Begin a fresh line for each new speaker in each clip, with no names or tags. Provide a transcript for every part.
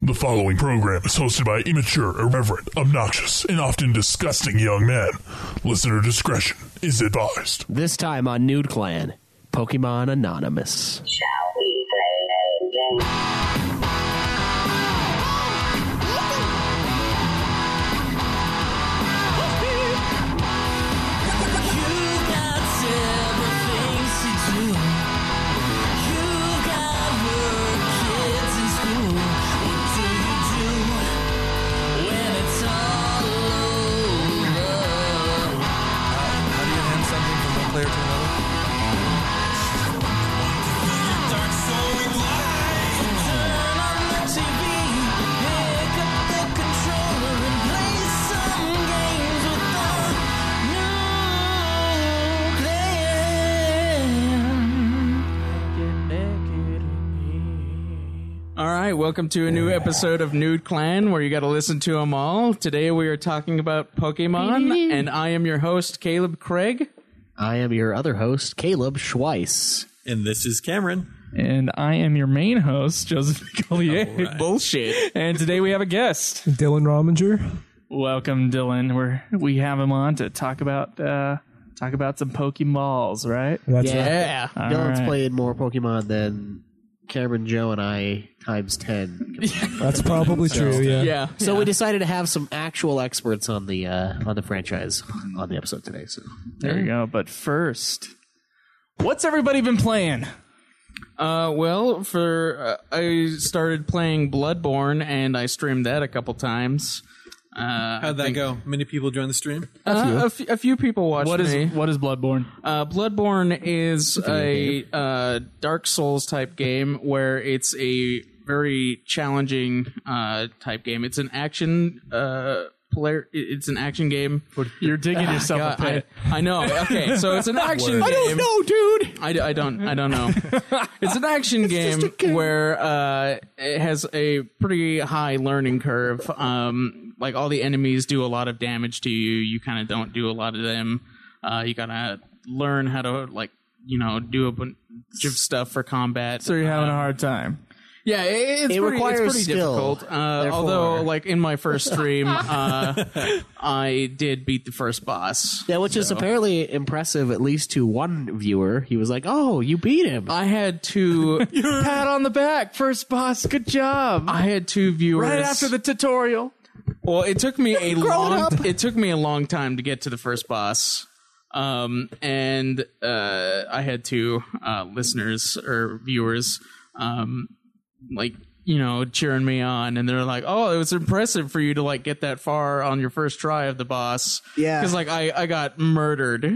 The following program is hosted by immature, irreverent, obnoxious, and often disgusting young men. Listener discretion is advised.
This time on Nude Clan, Pokemon Anonymous.
Shall we play a game?
All right, welcome to a new episode of Nude Clan where you got to listen to them all. Today we are talking about Pokemon, and I am your host, Caleb Craig.
I am your other host, Caleb Schweiss.
And this is Cameron.
And I am your main host, Joseph Collier.
Bullshit.
And today we have a guest.
Dylan Rominger.
Welcome, Dylan. We're we have him on to talk about uh, talk about some Pokeballs, right?
That's right.
Yeah.
All
Dylan's
right.
played more Pokemon than Cameron, Joe, and I times 10.
That's probably true. Yeah.
Yeah.
So we decided to have some actual experts on the uh, on the franchise on the episode today. So
There you go. But first, what's everybody been playing?
Uh, well, for uh, I started playing Bloodborne, and I streamed that a couple times. Uh,
How'd that go? Many people joined the stream.
uh, a, f- a few people watched
What is
me.
what is Bloodborne?
Uh, Bloodborne is a uh, Dark Souls type game where it's a very challenging uh, type game. It's an action uh, player. It's an action game.
You're digging yourself
God,
a
I,
pit.
I know. Okay, so it's an action. I don't know, dude. I, d- I don't. I don't know. It's an action game, where uh, it has a pretty high learning curve. Um, like all the enemies do a lot of damage to you. You kind of don't do a lot of them. Uh, you gotta learn how to like you know do a bunch of stuff for combat.
So you're having a hard time.
Yeah, it, it's pretty,
requires
it's pretty
skill,
difficult. Uh,
therefore.
although, like in my first stream, uh, I did beat the first boss.
yeah, which is apparently impressive, at least to one viewer. He was like, "Oh, you beat him."
I had two.
Pat on the back, first boss. Good job.
I had two viewers.
Right after the tutorial.
well, it took me a long. It took me a long time to get to the first boss, um, and uh, I had two uh, listeners or viewers, um, like you know, cheering me on, and they're like, "Oh, it was impressive for you to like get that far on your first try of the boss."
Yeah.
because like I I got murdered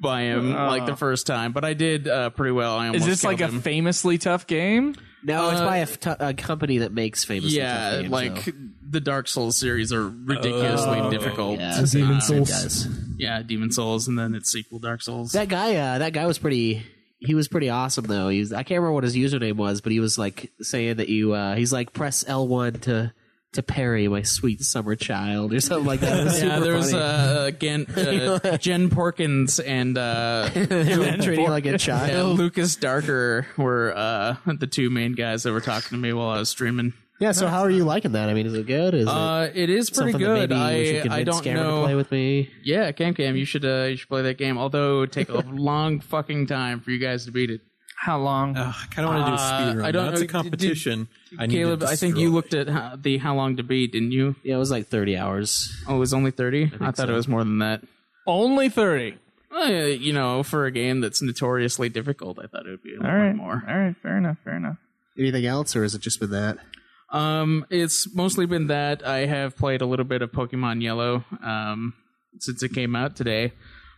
by him like the first time, but I did uh, pretty well. I
Oh. Is
almost
this like
killed
a
him.
famously tough game?
no, it's by a, f- t- a company that makes famous.
Uh, yeah, like the Dark Souls series are ridiculously difficult.
Yeah.
Yeah.
It's
Demon Souls.
guys.
Demon Souls, and then its sequel, Dark Souls.
That guy, uh, that guy was pretty. He was pretty awesome though. He's I can't remember what his username was, but he was like saying that you. Uh, he's like press L one to to parry my sweet summer child or something like that. It was
yeah,
super
there was
funny.
uh, again uh, Jen Porkins and uh,
They were treating you like a
yeah,
child.
Lucas Darker were uh, the two main guys that were talking to me while I was streaming.
Yeah. So how are you liking that? I mean, is it good? Is it
Uh, it is pretty
something
good.
that maybe we should
I I
convince
don't
Cameron
know.
to play with me?
yeah, Cam Cam, you should uh, you should play that game. Although it would take a long fucking time for you guys to beat it.
How long?
Ugh, I kind of want to do a
Uh,
speed run.
I don't
That's
know.
a competition. I need to
Caleb, I think
destroy.
you looked at how, the how long to beat, didn't you?
Yeah, it was like thirty hours.
Oh, it was only 30? I, thought it was more than that.
Only thirty.
Uh, you know, for a game that's notoriously difficult, I thought it would be a
All
little
right.
bit more.
All right. Fair enough. Fair enough.
Anything else, or has it just been that?
Um, it's mostly been that I have played a little bit of Pokemon Yellow um, since it came out today.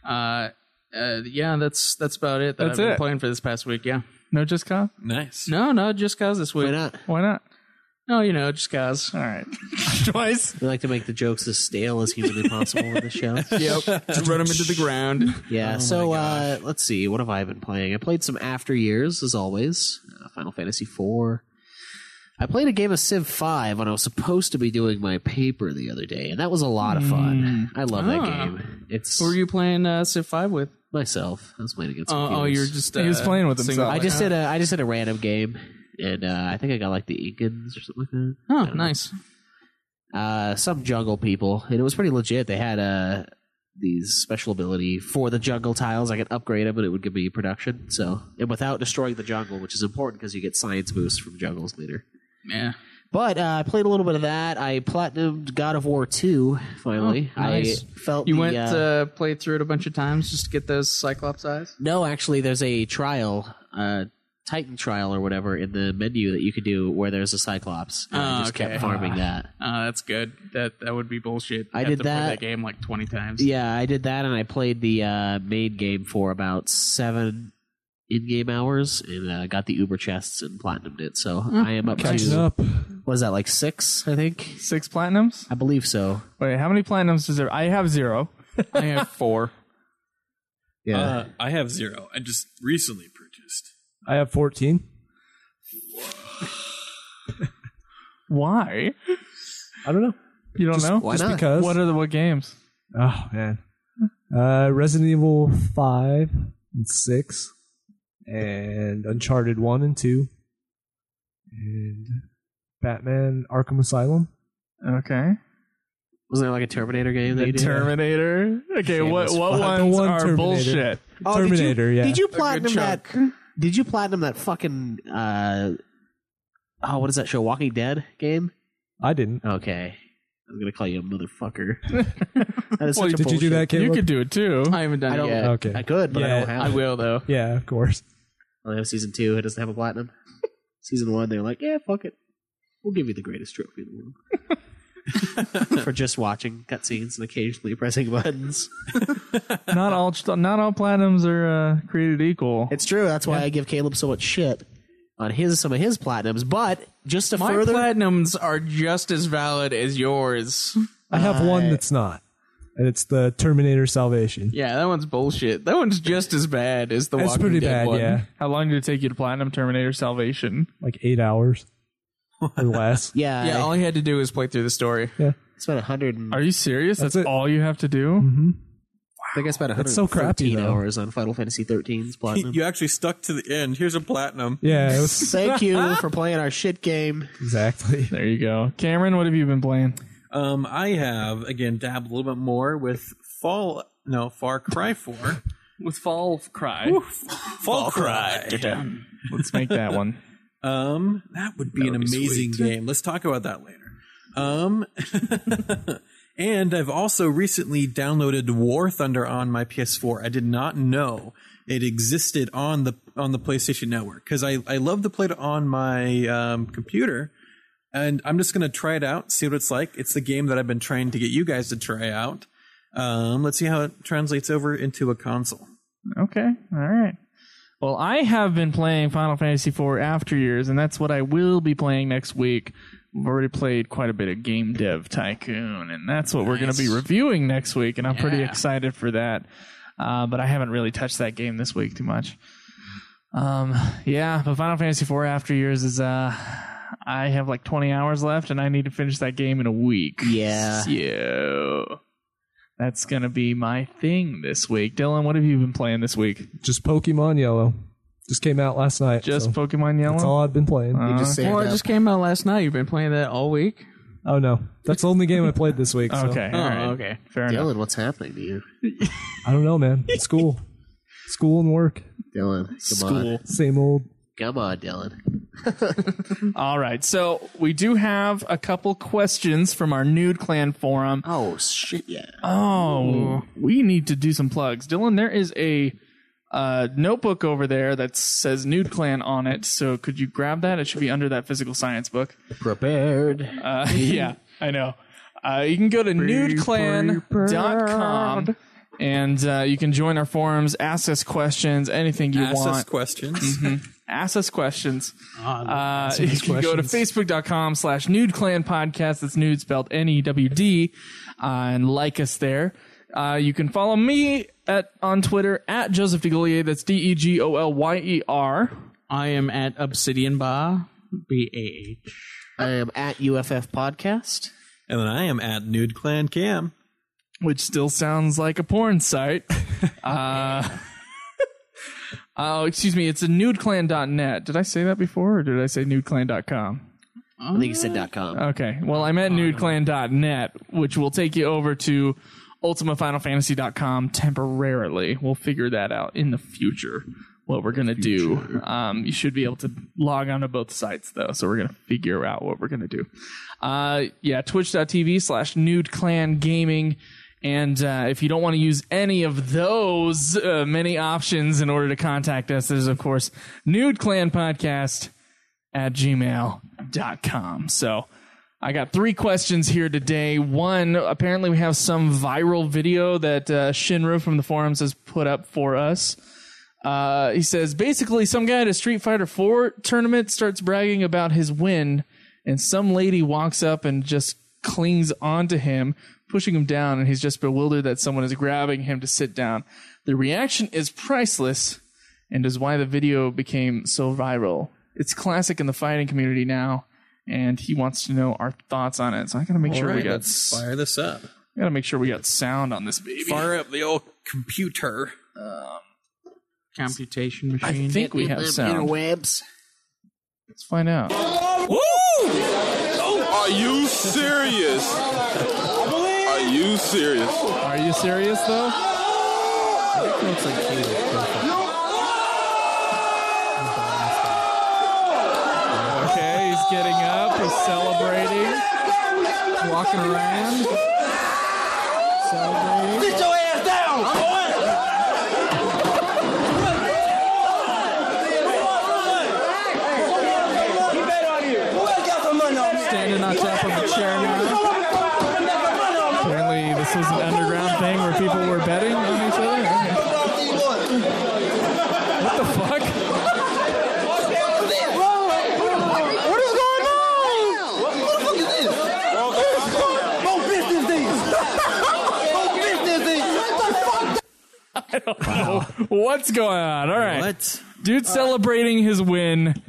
Uh, uh, yeah, that's that's about it that
That's
I've been
it.
playing for this past week. Yeah,
No, just cause.
Nice.
no, no, just cause this
Why
week.
not?
Why not?
No, you know, just cause.
All right. Twice.
We like to make the jokes as stale as humanly possible on the show.
yep, run them into the ground.
Yeah, so uh, let's see. What have I been playing? I played some After Years, as always. Uh, Final Fantasy IV. I played a game of Civ 5 when I was supposed to be doing my paper the other day, and that was a lot of fun. I love that
Ah.
game. It's
Who are you playing uh, Civ Five with?
myself. I was playing against
Oh, oh,
computers.
you're just. Uh,
He was playing with
single-
himself.
I just did a I just did a random game. and uh, I think I got like the Incans or something like that.
Oh, nice.
uh, some jungle people, and it was pretty legit. They had uh, these special ability for the jungle tiles. I could upgrade them, and it would give me production. So, and without destroying the jungle, which is important because you get science boost from jungles later.
Yeah.
But uh, I played a little bit of that. I platinumed God of War two finally.
Oh, nice.
I felt
You
the,
went
uh,
uh, played through it a bunch of times just to get those Cyclops eyes.
No, actually, there's a trial, uh, Titan trial or whatever, in the menu that you could do where there's a Cyclops. And I
Oh,
just
okay.
kept farming that.
Uh, that's good. That that would be bullshit.
I
Have
did
to play
that.
that game like twenty times.
Yeah, I did that, and I played the uh, main game for about seven in-game hours, and uh, got the Uber chests and platinumed it. So I am up
Catching
to
up.
what is that like six? I think
Six platinums?
I believe so.
Wait, how many platinums is there? I have zero.
I have four.
Yeah,
Uh, I have zero. I just recently purchased.
I have 14.
Why?
I don't know.
You don't know?
why
Just
not?
because.
What are the what games?
oh, man. Uh, Resident Evil 5 and 6. And Uncharted 1 and 2. And Batman Arkham Asylum.
Okay.
Wasn't there like a Terminator game? That you did?
Terminator. Okay, what
Shameless
what
plug. The
ones
one
are
Terminator.
bullshit?
Oh, did you-
Terminator, yeah.
Did you platinum that? Did you platinum that fucking? Uh, oh, what is that show? Walking Dead game.
I didn't.
Okay, I'm gonna call you a motherfucker. that is such
Wait,
a
Did you do
bullshit-
that, Caleb?
You could do it too.
I haven't done
I
it
don't.
yet.
Okay.
I could, but I
Yeah,
don't have.
I
it.
will though.
Yeah, of course.
Well, they have season two. It doesn't have a platinum. season one, they're like, yeah, fuck it. We'll give you the greatest trophy in the world for just watching cutscenes and occasionally pressing buttons.
not all not all platinums are uh, created equal.
It's true. That's why I give Caleb so much shit on his some of his platinums. But just to
My
further,
platinums are just as valid as yours.
I have one that's not. And it's the Terminator Salvation.
Yeah, that one's bullshit. That one's just as bad as the
That's
Walking
pretty
Dead
bad,
one.
yeah.
How long did it take you to platinum Terminator Salvation?
Like eight hours or less.
yeah,
Yeah, all you had to do is play through the story.
it's about a hundred. and-
Are you serious? That's,
That's it.
all you have to do?
Mm-hmm.
I think I spent a hundred.
That's so crappy, though.
hours on Final Fantasy 13's platinum.
You actually stuck to the end. Here's a platinum.
Yeah, it was
Thank you for playing our shit game.
exactly.
There you go, Cameron. What have you been playing?
Um, I have again dabbed a little bit more with Fall. No, Far Cry Four.
With Fall Cry,
Fall Cry.
let's make that one.
Um, that would be an amazing game. Let's talk about that later. Um, and I've also recently downloaded War Thunder on my PS4. I did not know it existed on the on the PlayStation Network because I I love to play it on my um, computer. And I'm just gonna try it out, see what it's like. It's the game that I've been trying to get you guys to try out. Um, let's see how it translates over into a console.
Okay, all right. Well, I have been playing Final Fantasy IV After Years, and that's what I will be playing next week. I've already played quite a bit of Game Dev Tycoon, and that's what we're going to be reviewing next week, and I'm pretty excited for that. Uh, but I haven't really touched that game this week too much. Um, yeah, but Final Fantasy IV After Years is uh, I have like 20 hours left, and I need to finish that game in a week.
Yeah.
So that's gonna be my thing this week. Dylan, what have you been playing this week?
Just Pokemon Yellow. Just came out last night. so
Just Pokemon Yellow.
That's all I've been playing.
Uh,
Uh-huh.
Uh-huh.
Well, it just came out last night. You've been playing that all week. Oh,
Oh no, that's the only game I played this week. So.
okay. all right.
okay.
Fair enough.
Oh. Dylan, what's happening to you?
I don't know, man. School, school and work,
Dylan, come on,
same old.
come on, Dylan.
All right. So we do have a couple questions from our Nude Clan forum.
Oh shit, yeah.
Oh, we need to do some plugs. Dylan, there is a uh, notebook over there that says Nude Clan on it. So could you grab that? It should be under that physical science book.
Prepared.
Uh, yeah, I know. Uh, you can go to nudeclan.com and uh, you can join our forums, ask us questions, anything you
Ask
want.
us questions.
Mm-hmm.
ask us questions.
Ah,
Uh, you can go to facebook.com slash nude clan podcast. That's nude spelled N E W D. Uh, and like us there. Uh, you can follow me at on Twitter at Joseph DeGollier. That's D E G O L Y E R.
I am at Obsidian Bar. B A H.
I am at UFF Podcast.
And then I am at Nude Clan Cam.
which still sounds like a porn site. uh, Oh, excuse me. It's a nudeclan.net. Did I say that before or did I say nudeclan.com?
I think he said dot .com.
Okay. Well, I'm at nudeclan.net, which will take you over to ultimatefinalfantasy.com temporarily. We'll figure that out in the future, what we're going to do. Um, you should be able to log on to both sites, though, so we're going to figure out what we're going to do. Uh, yeah, twitch.tv slash nudeclangaming. And uh, if you don't want to use any of those uh, many options in order to contact us, there's, of course, Nude Clan Podcast at gmail.com. So I got three questions here today. One, apparently we have some viral video that uh, Shinru from the forums has put up for us. Uh, he says basically, some guy at a Street Fighter 4 tournament starts bragging about his win, and some lady walks up and just clings onto him, pushing him down, and he's just bewildered that someone is grabbing him to sit down. The reaction is priceless and is why the video became so viral. It's classic in the fighting community now, and he wants to know our thoughts on it. So I gotta make sure we
Alright,
got
let's fire this up.
I gotta make sure we got sound on this baby.
Fire up the old computer.
Computation
I
machine.
think we have sound.
Interwebs.
Let's find out.
Woo!
Oh, Are you serious? Are you serious?
Are you serious though? Okay, he's getting up. He's celebrating. Walking around. Celebrating. Standing on top of the chair now. Apparently, this was an underground thing where people were betting on each other. Okay. What the fuck? What's going on? All right.
What?
Dude celebrating his win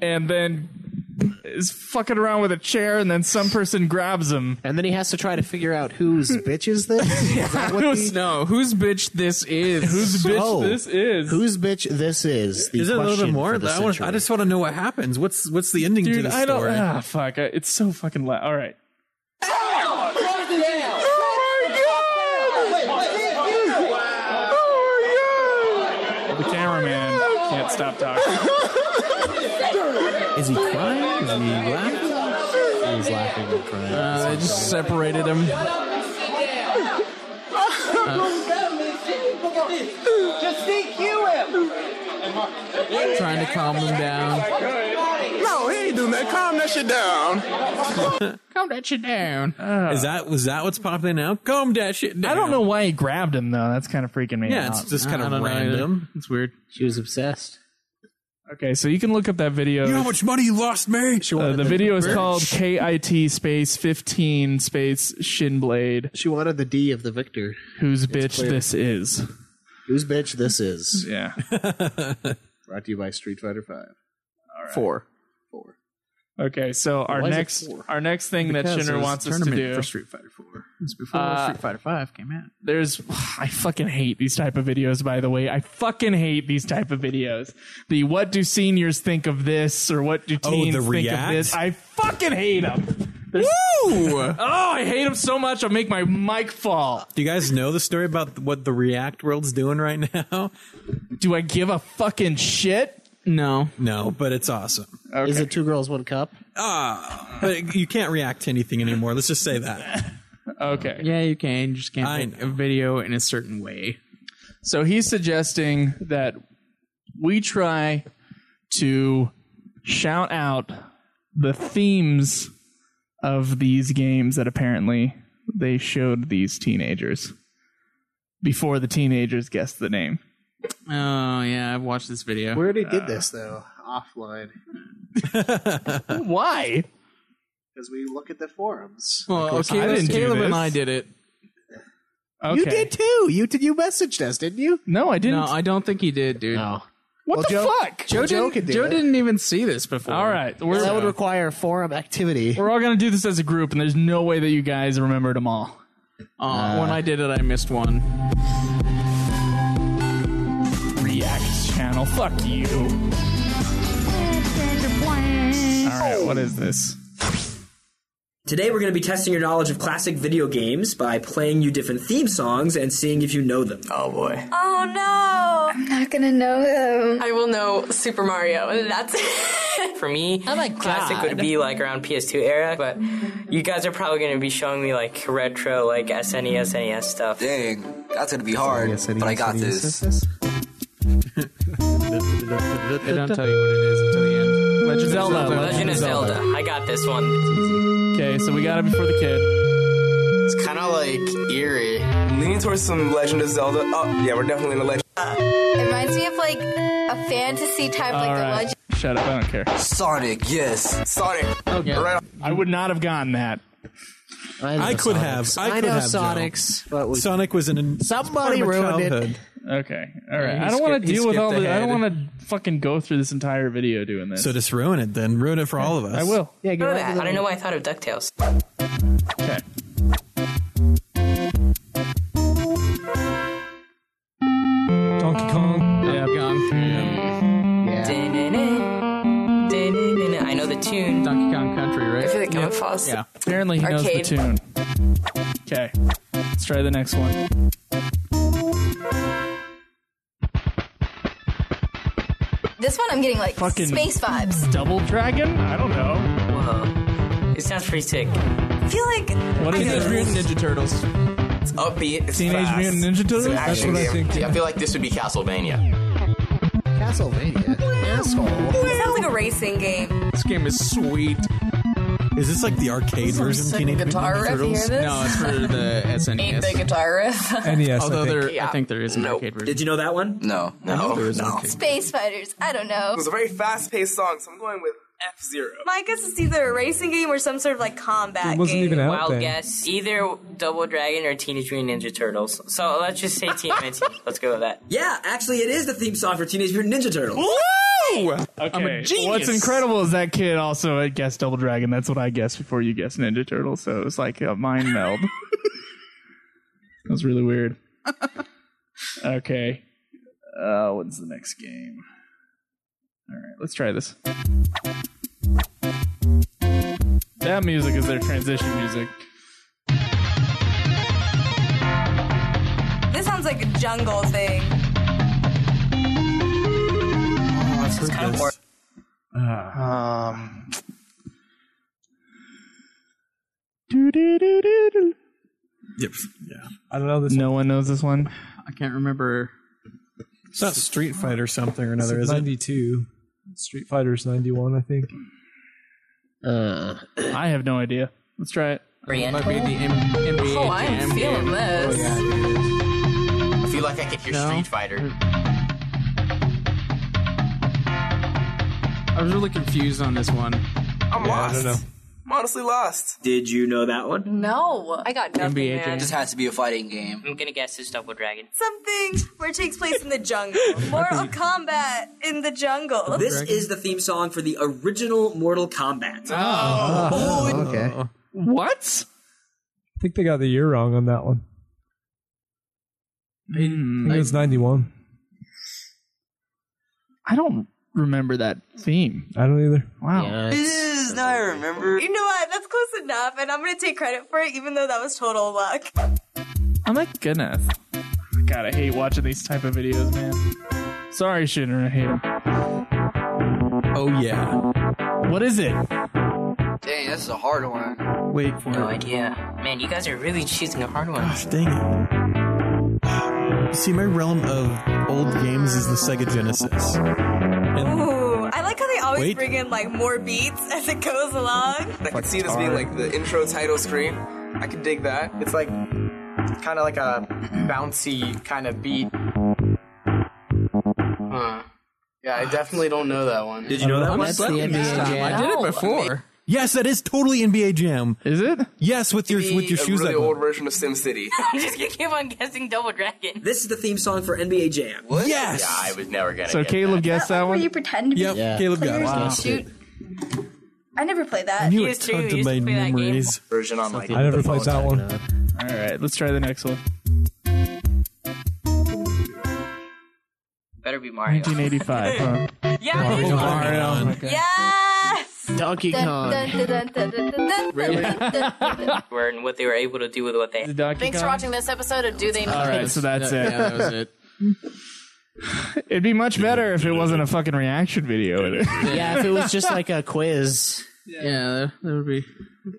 and then is fucking around with a chair and then some person grabs him.
And then he has to try to figure out whose bitch is this. Is that what the-
No, whose bitch this is?
Whose bitch
So,
this is.
Whose bitch this is? The
Is it a little bit
question
more?
for the
I, want,
century.
I just want to know what happens. What's what's the ending to
Dude,
the
I don't.
story?
Ah, fuck. I, it's so fucking loud. All right. The cameraman can't stop talking.
Is he crying? Is he laughing?
He's laughing and crying.
Uh, they just separated him.
Just DQ him!
trying to calm him down.
No, he ain't doing that. Calm that shit down.
Calm that shit down.
Is that was that what's popular now? Calm that shit down.
Uh. I don't know why he grabbed him though. That's kind of freaking me
Yeah,
out.
it's just
I
kind
don't
of
know either.
random.
It's weird.
She was obsessed.
okay, so you can look up that video.
You know how much money you lost, Mary?
Uh, the video is called KIT space 15 space Shinblade.
She wanted the D of the victor.
Whose bitch this is?
Whose bitch this is?
Yeah.
Brought to you by Street Fighter Five.
Four.
Okay, so our
Why is it
next
four?
our next thing that Shinner wants us to do. Uh,
for Street Fighter Four. It's before Street Fighter Five came out.
there's I fucking hate these type of videos by the way. I fucking hate these type of videos. The what do seniors think of this or what
Oh,
do teens
the
think
react?
of this? I fucking hate them. Woo! oh, I hate them so much. I'll make my mic fall.
Do you guys know the story about what the React world's doing right now?
Do I give a fucking shit?
No,
No, but it's awesome. Ah,
Is it two girls, one cup?
But you can't react to anything anymore. Let's just say that.
Okay.
yeah, you can. You just can't
I
make
know.
a video in a certain way.
So he's suggesting that we try to shout out the themes of these games that apparently they showed these teenagers before the teenagers guessed the name.
Oh yeah, I've watched this video. Uh,
We already did this though, offline,
Why?
because we look at the forums.
well, okay,
I didn't do
Caleb and
this.
I did it.
Okay.
You did too. You did. You messaged us, didn't you?
No, I didn't.
No, I don't think he did, dude.
No.
what the
Joe-
fuck?
Joe,
Joe, didn't,
could do
Joe
it.
didn't even see this before.
All right,
Well,
we're
that would require forum activity.
we're all gonna do this as a group, and there's no way that you guys remembered them all. Uh,
Oh, when I did it, I missed one.
React channel. Fuck you. All right, what is this?
Today we're going to be testing your knowledge of classic video games by playing you different theme songs and seeing if you know them.
Oh boy.
Oh no!
I'm not gonna know them.
I will know Super Mario, and that's it.
For me,
Oh my
classic
God.
would be like around PS2 era, but you guys are probably going to be showing me like retro, like SNES, NES stuff. Dang, that's going to be hard, but I got this.
They don't tell you what it is until the end. Legend of
Zelda,
Zelda.
Legend of Zelda. I got this one.
Okay, so we got it before the kid.
It's kind of like eerie. Leaning towards some Legend of Zelda. Oh, yeah, we're definitely in a Legend.
Uh,
It reminds me of like a fantasy type, like the legend.
Shut up, I don't care.
Sonic, yes. Sonic.
Okay. I would not have gotten that.
I, could have. I, could
know
have, Joe.
Sonics, but we,
Sonic was an
Somebody
part of my
ruined it.
childhood.
Okay, all right.
He
I don't want
skipped-
to
he
deal with
skipped
all the. I
ahead.
don't want to fucking go through this entire video doing this.
So just ruin it then. Ruin it for all of us.
I will.
Yeah,
I, don't know why I thought of DuckTales.
Okay. Donkey Kong. Yeah,
Da-na-na, da-na-na. I know the tune.
Donkey Kong Country, right?
I feel like I'm gonna fall asleep.
Yeah.
Apparently he knows
Arcade.
the tune. Okay, let's try the next one.
This one I'm getting like
Fucking-
space vibes.
Double Dragon? I don't know.
Whoa. It sounds pretty sick.
I feel like
What is
Teenage
it?
Mutant Ninja Turtles.
It's upbeat. It's
Teenage
fast.
Mutant Ninja
It's
Turtles?
an
That's
action
what I
game.
think, too.
I feel like this would be Castlevania.
Castlevania. Asshole.
it sounds like a racing game.
This game is sweet.
Is this like the arcade version of
Sick
Teenage Mutant
guitar
Ninja
riff. You
Turtles?
hear this?
No, it's for the
Need
SNES.
the guitar riff.
E
NES.
Although
I think.
there, E I
Yeah.
think there is an arcade version.
Did you know that one?
No, no, no.
Space fighters. I don't know.
It was
a very fast-paced song, so I'm going with F Zero.
My guess is either a racing game or some sort of like combat
It wasn't
game.
even out
Wild
then.
guess. Either Double Dragon or Teenage Mutant Ninja Turtles. So let's just say TMNT. let's go with that.
Yeah, actually, it is the theme song for Teenage Mutant Ninja Turtles.
Okay. What's incredible is that kid also had guessed Double Dragon. That's what I guessed before you guessed Ninja Turtle. So it was like a mind meld. that was really weird. Okay. Uh, what's the next game? All right, let's try this. That music is their transition music.
This sounds like a jungle thing.
Oh, I've heard this.
Um. Doo-doo-doo-doo-doo.
Yep. Yeah.
I don't know this.
No one knows this one.
I can't remember.
It's not Street Fighter something or another,
It's
is it?
92. Street Fighter's 91, I think.
Uh,
I have no idea. Let's try it.
It might be the M- NBA
Oh, I am
Jam
feeling
game.
this.
I feel like I could hear
No.
Street Fighter.
I was really confused on this one.
I'm lost. I don't know. I'm honestly lost.
Did you know that one?
No, I got nothing.
NBA
man.
Jam.
has to be a fighting game. I'm gonna guess it's Double Dragon.
Something where it takes place in the jungle. Mortal Kombat in the jungle.
This is the theme song for the original Mortal Kombat.
Oh.
Oh,
okay.
Oh, What?
I think they got the year wrong on that one.
Hmm,
I think it's 91.
I don't remember that theme.
I don't either.
Wow.
Is now I remember.
You know what? That's close enough, and I'm gonna take credit for it, even though that was total luck.
Oh my goodness. God, I hate watching these type of videos, man. Sorry, Shinra, I hate 'em.
Oh yeah.
What is it?
Dang, this is a hard one.
Wait for
No
it.
idea. Man, you guys are really choosing a hard one.
Gosh, dang it. See, my realm of old games is the Sega Genesis. And
Ooh, I like how they always
Wait.
bring in like more beats as it goes along.
I could see this being like the intro title screen. I could dig that. It's like kind of like a bouncy kind of beat. Huh. Yeah, I definitely don't know that one.
Did you
Oh,
know that one?
That's the NBA
I
Jam.
did it before.
yes, that is totally NBA Jam.
Is it?
Yes, with your with your shoes up.
version of SimCity.
I'm just gonna keep on guessing Double Dragon.
This is the theme song for NBA Jam.
Yes.
I was never gonna.
So Caleb guessed that
Where
one.
you pretend to be
Yep.
Yeah.
Caleb got it.
players and shoot. I never played
I
that.
knew
He
it
is true,
tugged
he
at
used
my
to play that game.
memories.
version on like.
I never played that one.
All right, let's try the next one.
I
better be Mario.
1985. huh?
Yeah,
Oh,
it is
Mario.
Mario.
Oh my God.
Yes!
Donkey
Really?
Were and what they were able to do with what they.
Thanks for watching this episode of Do They Know?
All right, so that's it.
Yeah, that was
It'd be much better if it wasn't a fucking reaction video.
yeah, if it was just like a quiz.
Yeah, that would be.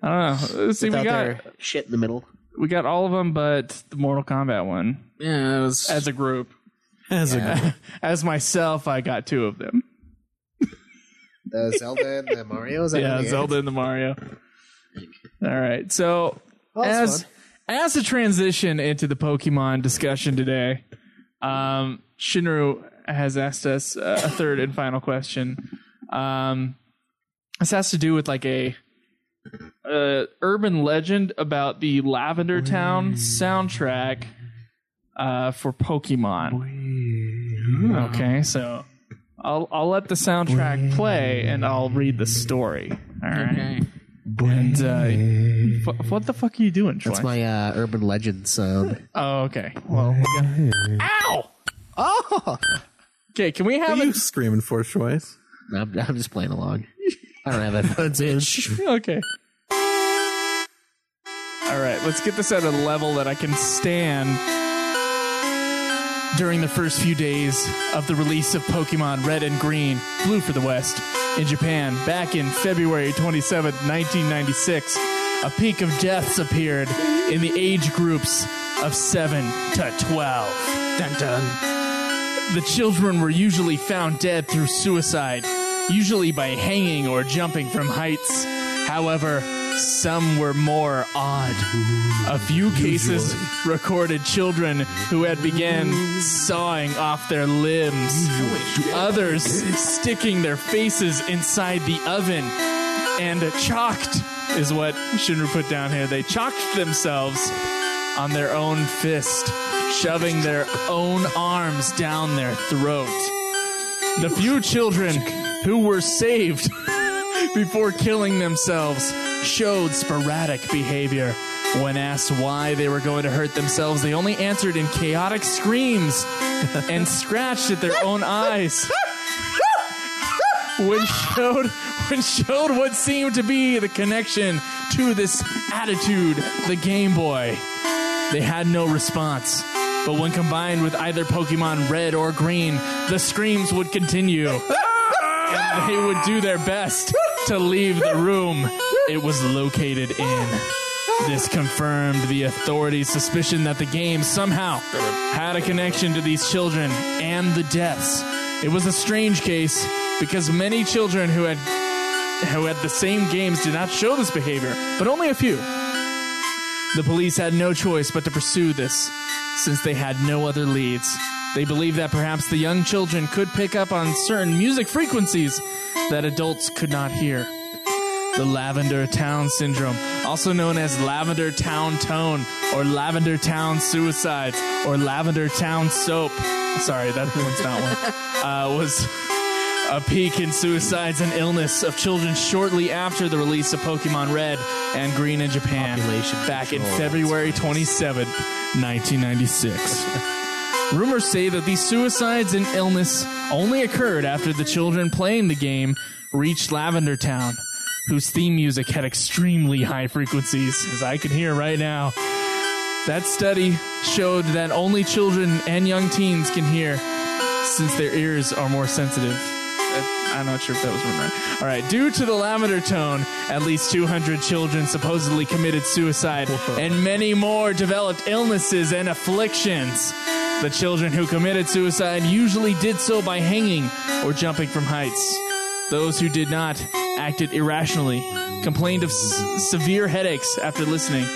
I don't know. Let's see,
Without
we got
their shit in the middle.
we got all of them, but the Mortal Kombat one.
Yeah, it was
as a group.
As
a group. as myself, I got two of them.
The Zelda and the Mario. Is that
yeah,
what it is?
Zelda and the Mario. All right, so
Well, that's
as as a transition into the Pokemon discussion today, um, Shinru has asked us uh, a third and final question. Um, this has to do with like a uh, urban legend about the Lavender Town soundtrack uh, for Pokemon. Okay, so I'll I'll let the soundtrack play and I'll read the story. All right. And uh, f- what the fuck are you doing, Troy?
That's my uh, urban legend sound.
oh, okay. Well, Ow!
Oh!
Okay, can we have
you screaming for choice?
I'm, I'm just playing along. I don't have headphones in.
okay. All right, let's get this at a level that I can stand during the first few days of the release of Pokemon Red and Green, Blue for the West, in Japan back in February 27th, 1996. A peak of deaths appeared in the age groups of 7 to 12. Dun dun. The children were usually found dead through suicide, usually by hanging or jumping from heights. However, some were more odd. A few cases recorded children who had began sawing off their limbs, others sticking their faces inside the oven, and chalked is what Shinru put down here. They chalked themselves on their own fist, shoving their own arms down their throat. The few children who were saved before killing themselves showed sporadic behavior. When asked why they were going to hurt themselves, they only answered in chaotic screams and scratched at their own eyes. When showed when showed what seemed to be the connection to this attitude, the Game Boy. They had no response. But when combined with either Pokemon Red or Green, the screams would continue. and they would do their best to leave the room it was located in. This confirmed the authorities' suspicion that the game somehow had a connection to these children and the deaths. It was a strange case because many children who had who had the same games did not show this behavior, but only a few. The police had no choice but to pursue this, since they had no other leads. They believed that perhaps the young children could pick up on certain music frequencies that adults could not hear. The Lavender Town Syndrome, also known as Lavender Town Tone, or Lavender Town Suicides, or Lavender Town Soap. Sorry, that one's not one. Uh, was a peak in suicides and illness of children shortly after the release of Pokemon Red and Green in Japan back in February 27th, 1996. Rumors say that these suicides and illness only occurred after the children playing the game reached Lavender Town, whose theme music had extremely high frequencies, as I can hear right now. That study showed that only children and young teens can hear, since their ears are more sensitive. That- I'm not sure if that was right. All right. Due to the lavender tone, at least 200 children supposedly committed suicide, and many more developed illnesses and afflictions. The children who committed suicide usually did so by hanging or jumping from heights. Those who did not acted irrationally, complained of s- severe headaches after listening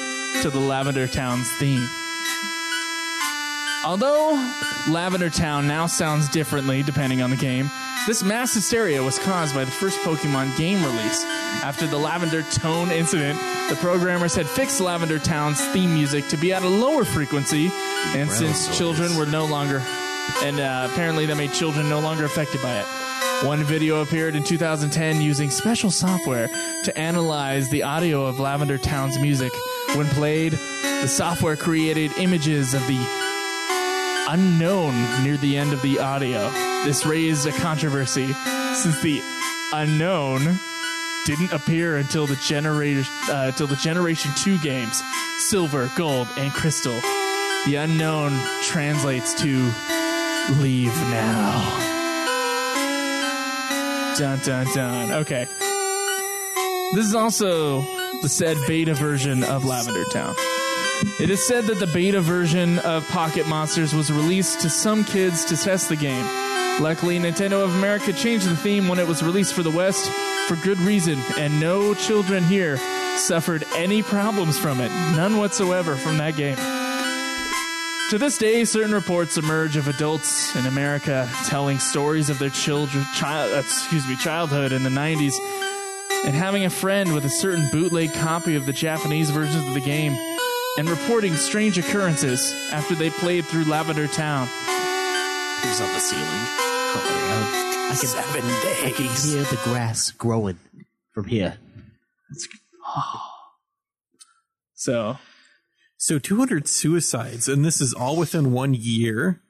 to the Lavender Town's theme. Although Lavender Town now sounds differently depending on the game, this mass hysteria was caused by the first Pokemon game release. After the Lavender Tone incident, the programmers had fixed Lavender Town's theme music to be at a lower frequency, and since children were no longer, and uh, apparently that made children no longer affected by it. One video appeared in 2010 using special software to analyze the audio of Lavender Town's music. When played, the software created images of the unknown near the end of the audio. This raised a controversy since the unknown didn't appear until the generator uh, until the generation 2 games silver gold and crystal the unknown translates to leave now dun dun dun okay this is also the said beta version of lavender town it is said that the beta version of Pocket Monsters was released to some kids to test the game. Luckily, Nintendo of America changed the theme when it was released for the West for good reason, and no children here suffered any problems from it. None whatsoever from that game. To this day, certain reports emerge of adults in America telling stories of their children, child, uh, excuse me, childhood in the 90s, and having a friend with a certain bootleg copy of the Japanese versions of the game, and reporting strange occurrences after they played through Lavender Town.
It was on the ceiling. I can, Seven days. I can hear the grass growing from here.
So,
so 200 suicides, and this is all within one year.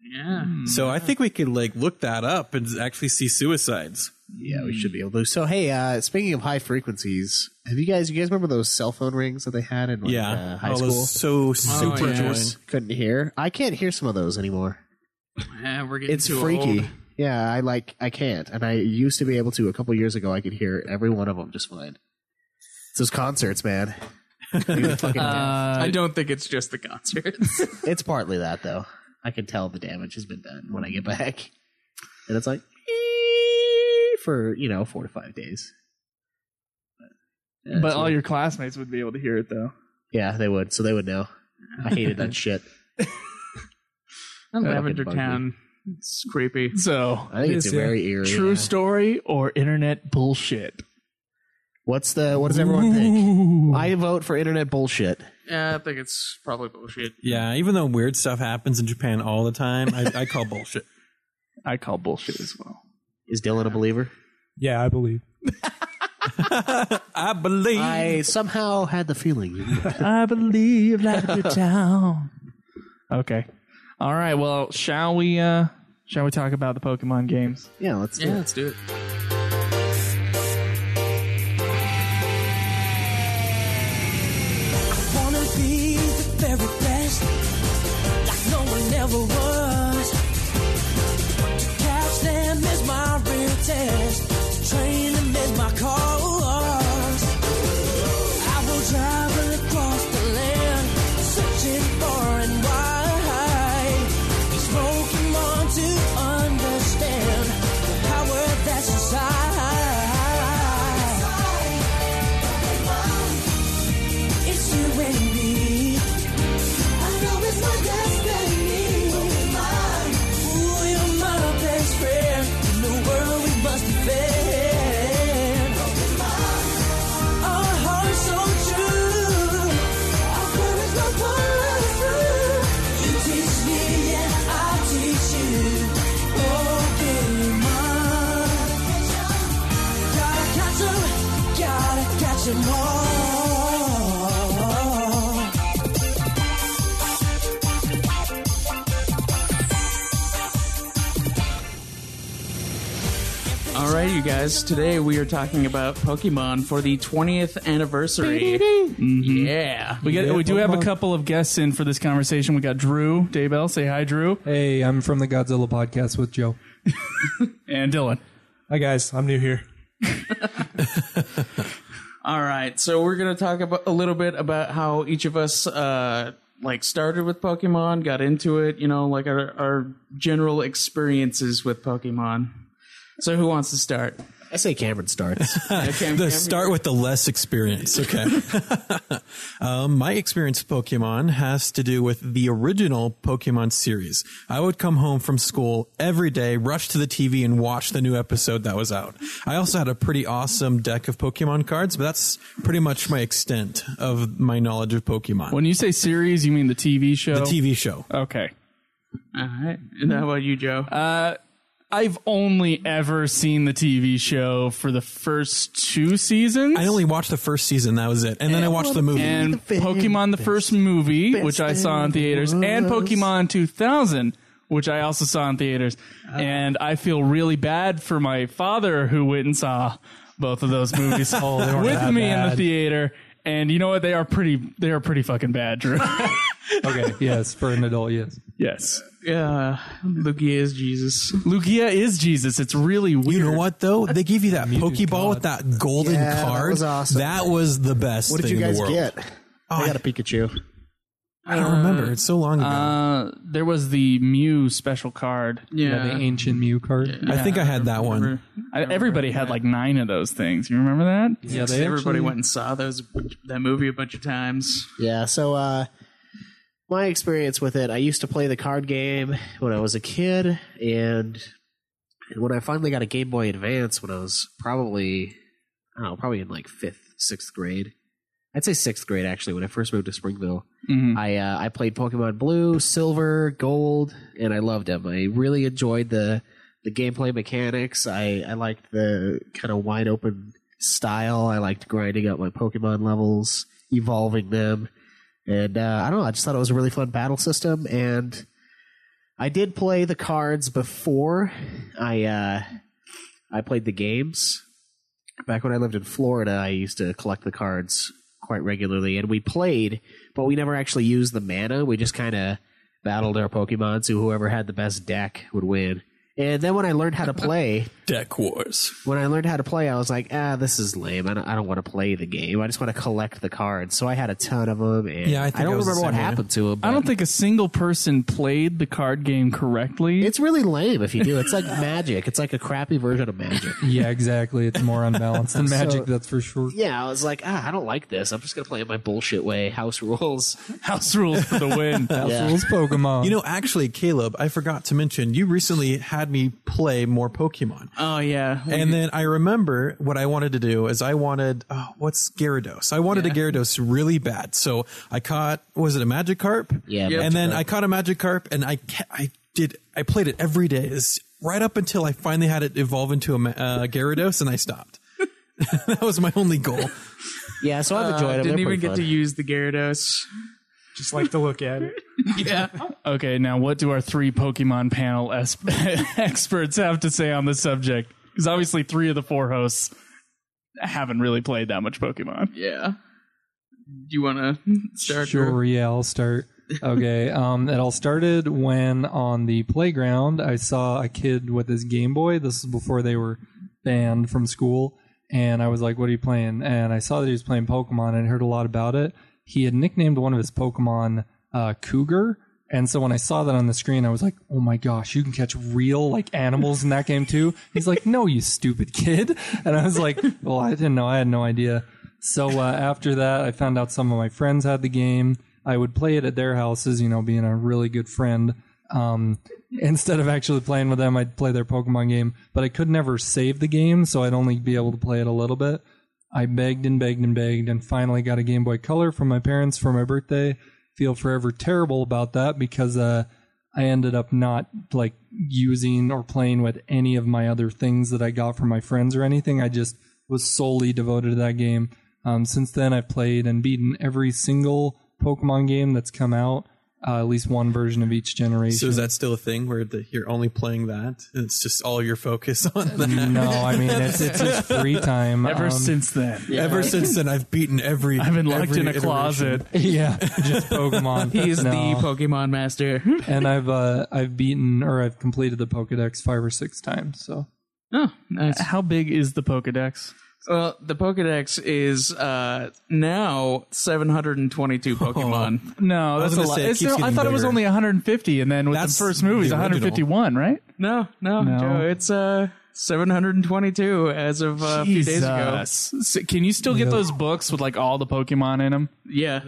Yeah.
Hmm.
So I think we could like look that up and actually see suicides.
Yeah, we should be able to. So, hey, uh, speaking of high frequencies, have you guys? You guys remember those cell phone rings that they had in like,
Yeah.
uh, high
All
school?
those so super
yeah.
annoying.
couldn't hear. I can't hear some of those anymore.
Yeah, we're getting
It's
too
freaky.
old.
Yeah, I like. I can't, and I used to be able to. A couple years ago, I could hear every one of them just fine. It's those concerts, man.
Uh,
I don't think it's just the concerts.
it's partly that though. I can tell the damage has been done when I get back, and it's like eh, for you know four to five days. eh,
but all your classmates would be able to hear it though.
Yeah, they would. So they would know. I hated that shit.
And
Uh,
Fucking
Lavender
buggy.
Town. It's creepy.
So
I think it's very eerie.
True story or internet bullshit?
What's the what does everyone think? I vote for internet bullshit.
Yeah, I think it's probably bullshit.
Yeah, even though weird stuff happens in Japan all the time, I, I call bullshit.
I call bullshit as well.
Is Dylan a believer?
Yeah, I believe.
I believe.
I somehow had the feeling. you would.
I believe Lavender Town. Okay. All right. Well, shall we? uh Shall we talk about the Pokemon games?
Yeah, let's.
Yeah, let's do it.
wanna be the very best, like no one ever was. To catch them is my real test, to train them is my cause. I will travel across the land, searching far and wide. These Pokemon to understand the power that's inside. It's you and me. I know it's my destiny. Mine. Ooh, you're my best friend. In the world we must defend. Our hearts so true. Our courage will pull us through. You teach me and I'll teach you. Oh, Pokemon. Gotta catch 'em, gotta catch 'em all.
All right, you guys. Today we are talking about Pokemon for the 20th anniversary. Mm-hmm. Yeah,
We get.
Yeah,
we do have a
Pokemon.
couple of guests in for this conversation. We got Drew Daybell. Say hi, Drew.
Hey, I'm from the Godzilla podcast with Joe.
and Dylan.
Hi guys, I'm new here.
All right, so we're gonna talk about a little bit about how each of us uh, like started with Pokemon, got into it, you know, like our, our general experiences with Pokemon. So who wants to start?
I say Cameron starts.
the start with the less experience. Okay. um, my experience with Pokemon has to do with the original Pokemon series. I would come home from school every day, rush to the TV, and watch the new episode that was out. I also had a pretty awesome deck of Pokemon cards, but that's pretty much my extent of my knowledge of Pokemon.
When you say series, you mean the TV show?
The TV show.
Okay.
All right, and how about you, Joe?
Uh, I've only ever seen the TV show for the first two seasons.
I only watched the first season. That was it. And then I watched the movie.
And Pokemon the first movie, which I saw in theaters, and Pokemon 2000, which I also saw in theaters.
Ah.
and I feel really bad for my father who went and saw both of those movies
Oh, they weren't
with
that
me in the
bad.
theater. And you know what? They are pretty. They are pretty fucking bad, Drew.
okay. Yes, for an adult. Yes.
Yes.
Yeah, Uh, Lugia is Jesus.
Lugia is Jesus. It's really weird.
You know what though? They give you that Pokeball with that golden
Yeah, that
card.
was awesome.
That was the best.
What did
thing
you
in
guys
the world. Oh,
get? I got a Pikachu.
I don't remember. It's so long ago.
Uh, there was the Mew special card.
Yeah, the ancient Mew card.
I think I had that one.
I, everybody had like nine of those things. You remember that?
Yeah, everybody went and saw those that movie a bunch of times.
Yeah, so uh my experience with it, I used to play the card game when I was a kid and when I finally got a Game Boy Advance when I was probably I don't know, probably in like 5th, 6th grade. I'd say 6th grade actually when I first moved to Springville. I uh, I played Pokemon Blue, Silver, Gold, and I loved them. I really enjoyed the the gameplay mechanics. I I liked the kind of wide open style. I liked grinding up my Pokemon levels, evolving them, and uh, I don't know. I just thought it was a really fun battle system, and I did play the cards before I uh, I played the games back when I lived in Florida, I used to collect the cards quite regularly, and we played, but we never actually used the mana. We just kind of battled our Pokemon, so whoever had the best deck would win. And then when I learned how to play
Deck Wars,
when I learned how to play, I was like, ah, this is lame. I don't, I don't want to play the game. I just want to collect the cards. So I had a ton of them. And
Yeah, I
I,
think I
don't
was the
remember what
same way.
happened to them.
I don't think a single person played the card game correctly.
It's really lame if you do. It's like magic. It's like a crappy version of magic.
Yeah, exactly. It's more unbalanced than
So-
magic, that's for sure.
Yeah, I was like, ah, I don't like this. I'm just gonna play it my bullshit way. House rules.
House rules for the win.
House
rules Pokemon.
You know, actually, Caleb, I forgot to mention, you recently had me play more Pokemon.
Oh yeah,
And then I remember what I wanted to do is I wanted oh, what's Gyarados? I wanted a Gyarados really bad. So I caught was it a Magikarp?
Yeah,
And then
Magikarp.
I caught a Magikarp and I ca- I did I played it every day It's right up until I finally had it evolve into a Ma- uh, Gyarados and I stopped. that was my only goal.
Yeah, so
Uh, Didn't even get to use the Gyarados.
Just like to look at it. yeah. Okay, now what do our three Pokemon panel es- experts have to say on this subject? Because obviously, three of the four hosts haven't really played that much Pokemon.
Yeah. Do you want to start?
Sure, yeah, I'll start. Okay, um, it all started when on the playground I saw a kid with his Game Boy. This is before they were banned from school, and I was like, "What are you playing?" And I saw that he was playing Pokemon, and I heard a lot about it. He had nicknamed one of his Pokemon uh, Cougar, and so when I saw that on the screen, I was like, "Oh my gosh, you can catch real like animals in that game too." He's like, "No, you stupid kid," and I was like, "Well, I didn't know. I had no idea." So uh, after that, I found out some of my friends had the game. I would play it at their houses, you know, being a really good friend. Um, instead of actually playing with them, I'd play their Pokemon game, but I could never save the game, so I'd only be able to play it a little bit. I begged and begged and begged, and finally got a Game Boy Color from my parents for my birthday. Feel forever terrible about that because uh, I ended up not like using or playing with any of my other things that I got from my friends or anything. I just was solely devoted to that game. Um, since then, I've played and beaten every single Pokemon game that's come out, uh, at least one version of each generation.
So is that still a thing where the, you're only playing that? And it's just all your focus on that.
No, I mean, it's- it's just free time. Ever Um, since then.
Ever since then, I've beaten every.
I've been locked
every
in a
iteration.
closet. Yeah, just Pokemon.
He is
No.
the Pokemon master.
and I've uh, I've beaten or I've completed the Pokedex five or six times. So
Oh, nice.
How big is the Pokedex?
Well, the Pokedex is uh, now 722 Pokemon.
Oh, No, that's a lot. It's still- I thought it was only 150, and then with
That's
the first movie, it's
the original.
151, right?
No, no,
No.
Joe, it's uh 722 as of uh, a few days ago.
Jesus. S- Can you still get those books with like all the Pokemon in them?
Yeah.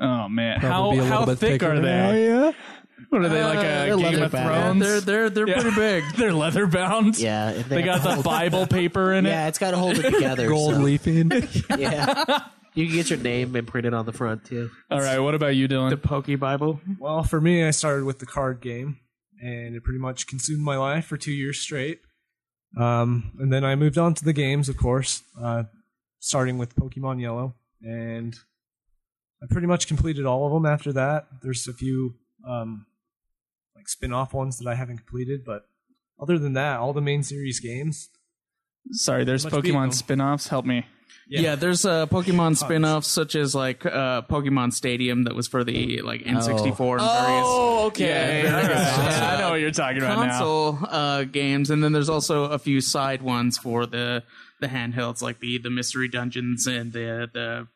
Oh man,
Probably
how
a little
how
bit
thick
thicker
are
now,
they? yeah. What are they like
Uh,
a
they're
Game
leather
of
bound.
Thrones?
They're- they're- they're pretty big.
they're leather bound.
Yeah, they
they,
have
got
to
the
hold-
Bible paper in it.
Yeah, it's got to hold it together.
Gold
so.
leafing.
yeah. You can get your name imprinted on the front too.
All right, what about you, Dylan? The
Poke Bible.
Well, for me, I started with the card game, and it pretty much consumed my life for two years straight. Um, and then I moved on to the games, of course, uh, starting with Pokemon Yellow, and I pretty much completed all of them after that. There's a few um, like spin-off ones that I haven't completed, but other than that, all the main series games.
Sorry, there's
Much beat 'em.
Pokemon spin offs. Help me.
Yeah, there's uh, Pokemon spin-offs such as like uh, Pokemon Stadium that was for the like N64 and various.
Oh, okay.
Yeah,
Yeah,
various,
I know what you're talking about now.
console, uh, games, and then there's also a few side ones for the the handhelds, like the the Mystery Dungeons and the the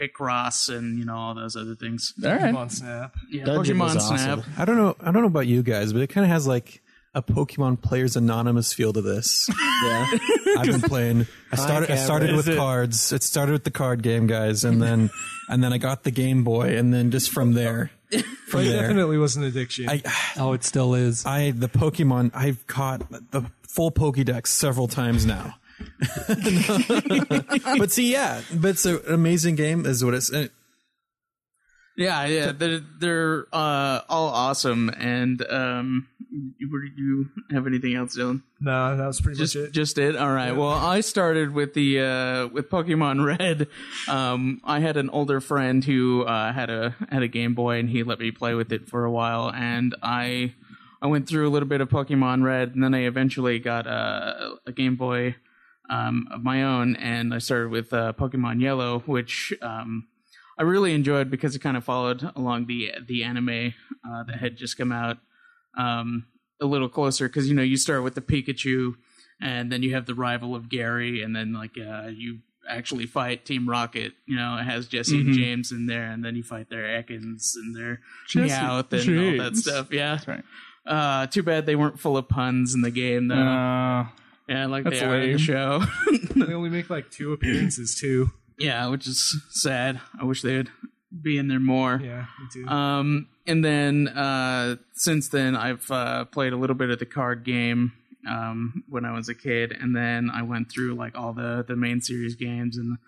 Picross and you know all those other things.
Pokemon Snap.
Yeah, Pokemon Snap.
I don't know. I don't know about you guys, but it kind of has like a Pokemon Players Anonymous feel to this. Yeah, I've been playing. I started. I
Hi,
started
Cameron.
with
Is it-
cards. It started with the card game, guys, and then and then I got the Game Boy, and then just from there, from
It
there.
definitely was an addiction.
I, oh, it still is. I the Pokemon. I've caught the full Pokédex several times now. but see, yeah, but it's an amazing game, is what it's. and
Yeah, yeah, they're they're uh, all awesome. And um, you, were- you have anything else, Dylan?
No, that was pretty
just,
much it.
Just it. All right. Well, I started with the uh, with Pokemon Red. Um, I had an older friend who uh, had a had a Game Boy, and he let me play with it for a while. And I I went through a little bit of Pokemon Red, and then I eventually got uh, a, a Game Boy um, of my own, and I started with uh, Pokemon Yellow, which um, I really enjoyed because it kind of followed along the the anime uh, that had just come out um, a little closer because you know you start with the Pikachu, and then you have the rival of Gary, and then like uh, you actually fight Team Rocket. You know, it has Jesse
Mhm.
and James in there, and then you fight their Ekans and their
Jesse
Meowth and all that
James.
stuff. Yeah, Uh, too bad they weren't full of puns in the game though. yeah, like
that's
they are in
lame.
the show.
they only make like two appearances too.
Yeah, which is sad. I wish they would be in there more.
Yeah, me too.
Um, and then uh, since then, I've uh, played a little bit of the card game um, when I was a kid, and then I went through like all the the main series games, and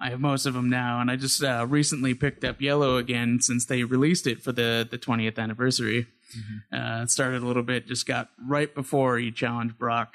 I have most of them now. And I just uh, recently picked up Yellow again since they released it for the the twentieth anniversary.
Mm-hmm.
Uh, it started a little bit, just got right before you challenged Brock.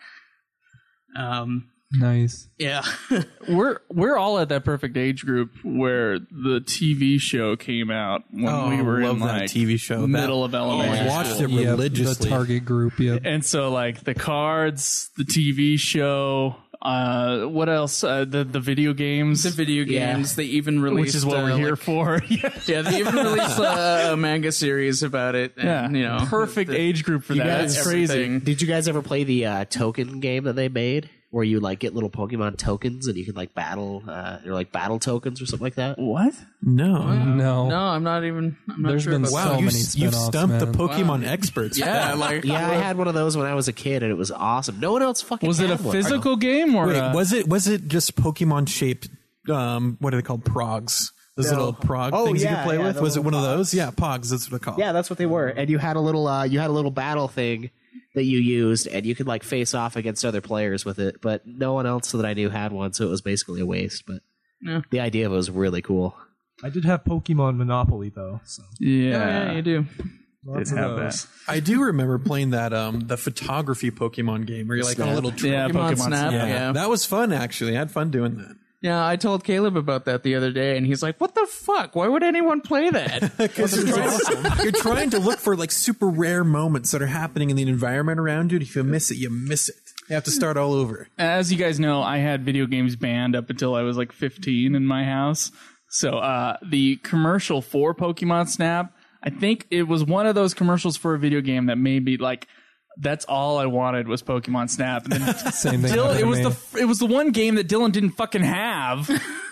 Um,
Nice.
yeah.
we're we're all at that perfect age group where the TV show came out when
Oh,
we were
love
in
that
like
TV show.
middle
That-
of elementary.
I watched
school.
it Yeah, the religiously.
target group. Yep.
And so like the cards, the TV show, uh, what else? Uh, the the video games, the
video games. They even released
which is what
uh,
we're here
like-
for.
Yeah, they even released uh, a manga series about it. And,
Yeah.
you know,
Perfect age group for
you
that.
guys-
That's crazy.
everything.
Did you guys ever play the uh, token game that they made, where you like get little Pokemon tokens and you can like battle, uh, or like battle tokens or something like that?
What?
No,
No, I'm not even. I'm not
There's
sure
been
about
so
that.
many
You've
spin-offs,
stumped the
man.
Pokemon
Wow.
experts.
Yeah, like-
yeah, I had one of those when I was a kid, and it was awesome. No one else fucking
Was it
had
a
one.
physical
game
Wait, was it was it just Pokemon shaped? Um, what are they called? Progs. Those
No.
little prog
Oh,
things you
yeah,
could play
yeah,
with.
the
Was it
little
one of those? Yeah, Pogs. That's what they're called.
Yeah, that's what they were. And you had a little, uh, you had a little battle thing that you used, and you could like face off against other players with it. But no one else that I knew had one, so it was basically a waste. But
Yeah.
the idea of it was really cool.
I did have Pokemon Monopoly though, so
Yeah.
you do.
Lots of those.
I do remember playing that um the photography Pokemon game where you're like on a
Snap.
little
Yeah, Pokemon Snap, yeah.
That was fun actually. I had fun doing that.
Yeah, I told Caleb about that the other day, and he's like, "What the fuck? Why would anyone play that?"
You're trying to look for like super rare moments that are happening in the environment around you. and If you miss it, you miss it. You have to start all over.
As you guys know, I had video games banned up until I was like 15 in my house. So uh, the commercial for Pokemon Snap, I think it was one of those commercials for a video game that made me like, that's all I wanted was Pokemon Snap. And then
Same thing.
Dylan,
happened
it
to
was
me.
the it was the one game that Dylan didn't fucking have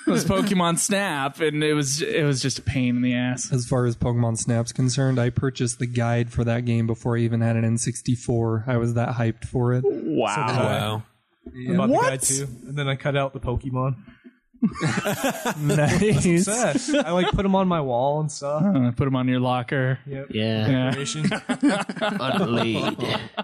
was Pokemon Snap, and it was it was just a pain in the ass.
As far as Pokemon Snap's concerned, I purchased the guide for that game before I even had an N64. I was that hyped for it.
Wow.
So
Oh,
did I. Wow. I bought the guide too, and then I cut out the Pokemon.
Nice.
Success. I like put them on my wall and stuff.
Uh, put them on your locker.
Yep.
Yeah.
Decoration.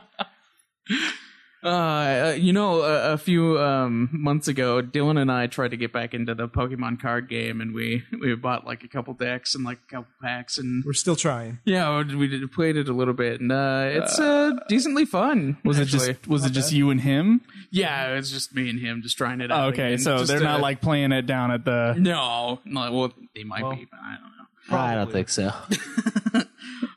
Uh, uh, you know, a, a few um, months ago, Dylan and I tried to get back into the Pokemon card game, and we we bought like a couple decks and like a couple packs, and
We're still trying.
yeah, oh, we- we did, played it a little bit, and uh, it's uh, decently fun.
Was it
actually.
just was it just you and him?
Yeah, it's just me and him just trying it out.
Okay,
again,
so
just
they're
to-
not like playing it down at the
no, no. Well, they might be, but I don't know.
I don't think so.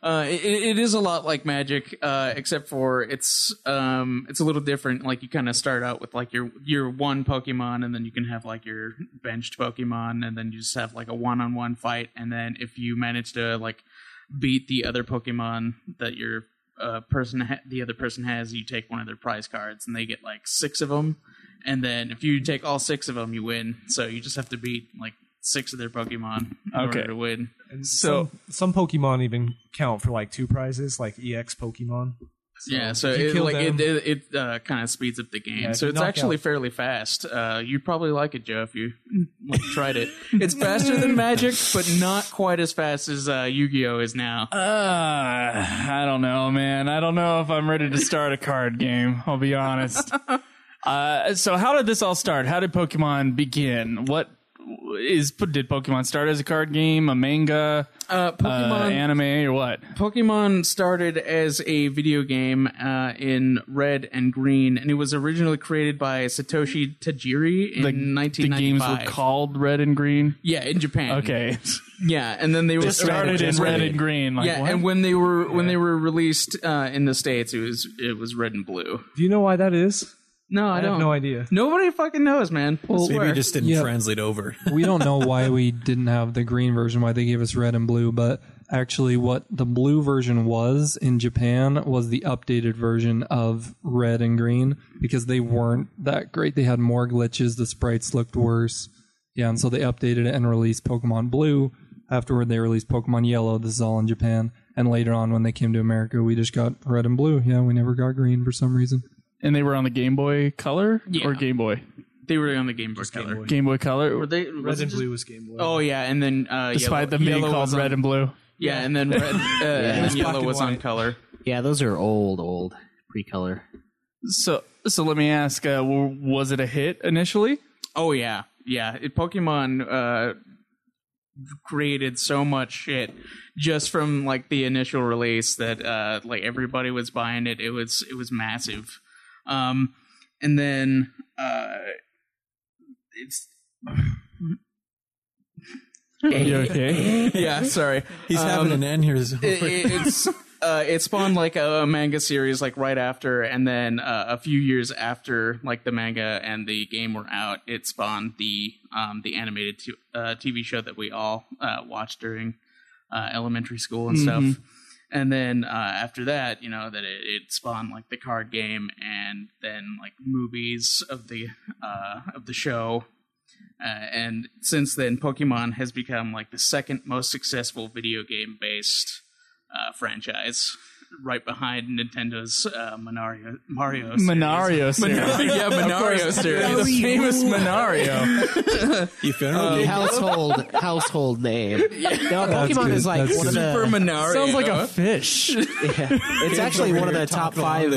Uh, it, it is a lot like Magic, uh, except for it's um, it's a little different. Like you kind of start out with like your your one Pokemon, and then you can have like your benched Pokemon, and then you just have like a one on one fight. And then if you manage to like beat the other Pokemon that your uh, person ha- the other person has, you take one of their prize cards, and they get like six of them. And then if you take all six of them, you win. So you just have to beat like six of their Pokemon in order to win.
And
so
some, some Pokemon even count for like two prizes, like EX Pokemon.
yeah, so
if you
it,
kill
like
them-
it it, it uh, kind of speeds up the game.
Yeah, if
so
you
it's
knock
actually
out-
fairly fast. Uh, you'd probably like it, Joe, if you like, tried it. It's faster than Magic, but not quite as fast as uh, Yu-Gi-Oh is now.
Uh, I don't know, man. I don't know if I'm ready to start a card game. I'll be honest. uh, so how did this all start? How did Pokemon begin? What is did Pokemon start as a card game, a manga,
uh, Pokemon-
anime, or what?
Pokemon started as a video game uh, in Red and Green, and it was originally created by Satoshi Tajiri in
The- the
1995.
games were called Red and Green.
Yeah, in Japan.
Okay.
Yeah, and then they
They
were
started in red and green, like,
yeah,
what?
and when they were when they were released uh, in the states, it was it was red and blue.
Do you know why that is?
No,
I
I,
have
don't.
no idea.
Nobody fucking knows, man. I swear.
Yeah.
over.
we don't know why we didn't have the green version, why they gave us red and blue, but actually, what the blue version was in Japan was the updated version of red and green because they weren't that great. They had more glitches, the sprites looked worse. Yeah, and so they updated it and released Pokemon Blue. Afterward, they released Pokemon Yellow. This is all in Japan. And later on, when they came to America, we just got red and blue. Yeah, we never got green for some reason.
And they were on the Game Boy Color or Game Boy.
They were on the Game Boy Color.
Game Boy Color.
Were they
Red and blue was
was
Game Boy.
Oh yeah, and then uh,
Despite
yellow,
them being
yellow
called
was on-
red and blue.
Yeah, and then red, uh, and
It's
then yellow
black and
was on
white.
color.
Yeah, those are old, old pre-color.
So so let me ask: uh, w- Was it a hit initially?
Oh yeah, yeah. It, Pokemon uh, created so much shit just from like the initial release that uh, like everybody was buying it. It was it was massive. Um, and then uh, it's
You okay?
yeah, sorry.
He's having an aneurysm.
Um, It, it- it's uh, it spawned like a manga series like right after, and then uh, a few years after like the manga and the game were out, it spawned the um, the animated t- uh, TV show that we all uh, watched during uh, elementary school and
Mhm.
Mm-hmm.
stuff. And then uh, after that, you know that it, it spawned like the card game, and then like movies of the uh, of the show, uh, and since then, Pokemon has become like the second most successful video game based uh, franchise, right behind Nintendo's uh, Monario Mario series.
Monario series.
Monario- yeah,
Of
Monario
course,
series.
The famous Monario.
you
Um, household household name. No, Pokemon is like one of the
Sounds like a fish.
It's actually one of the top five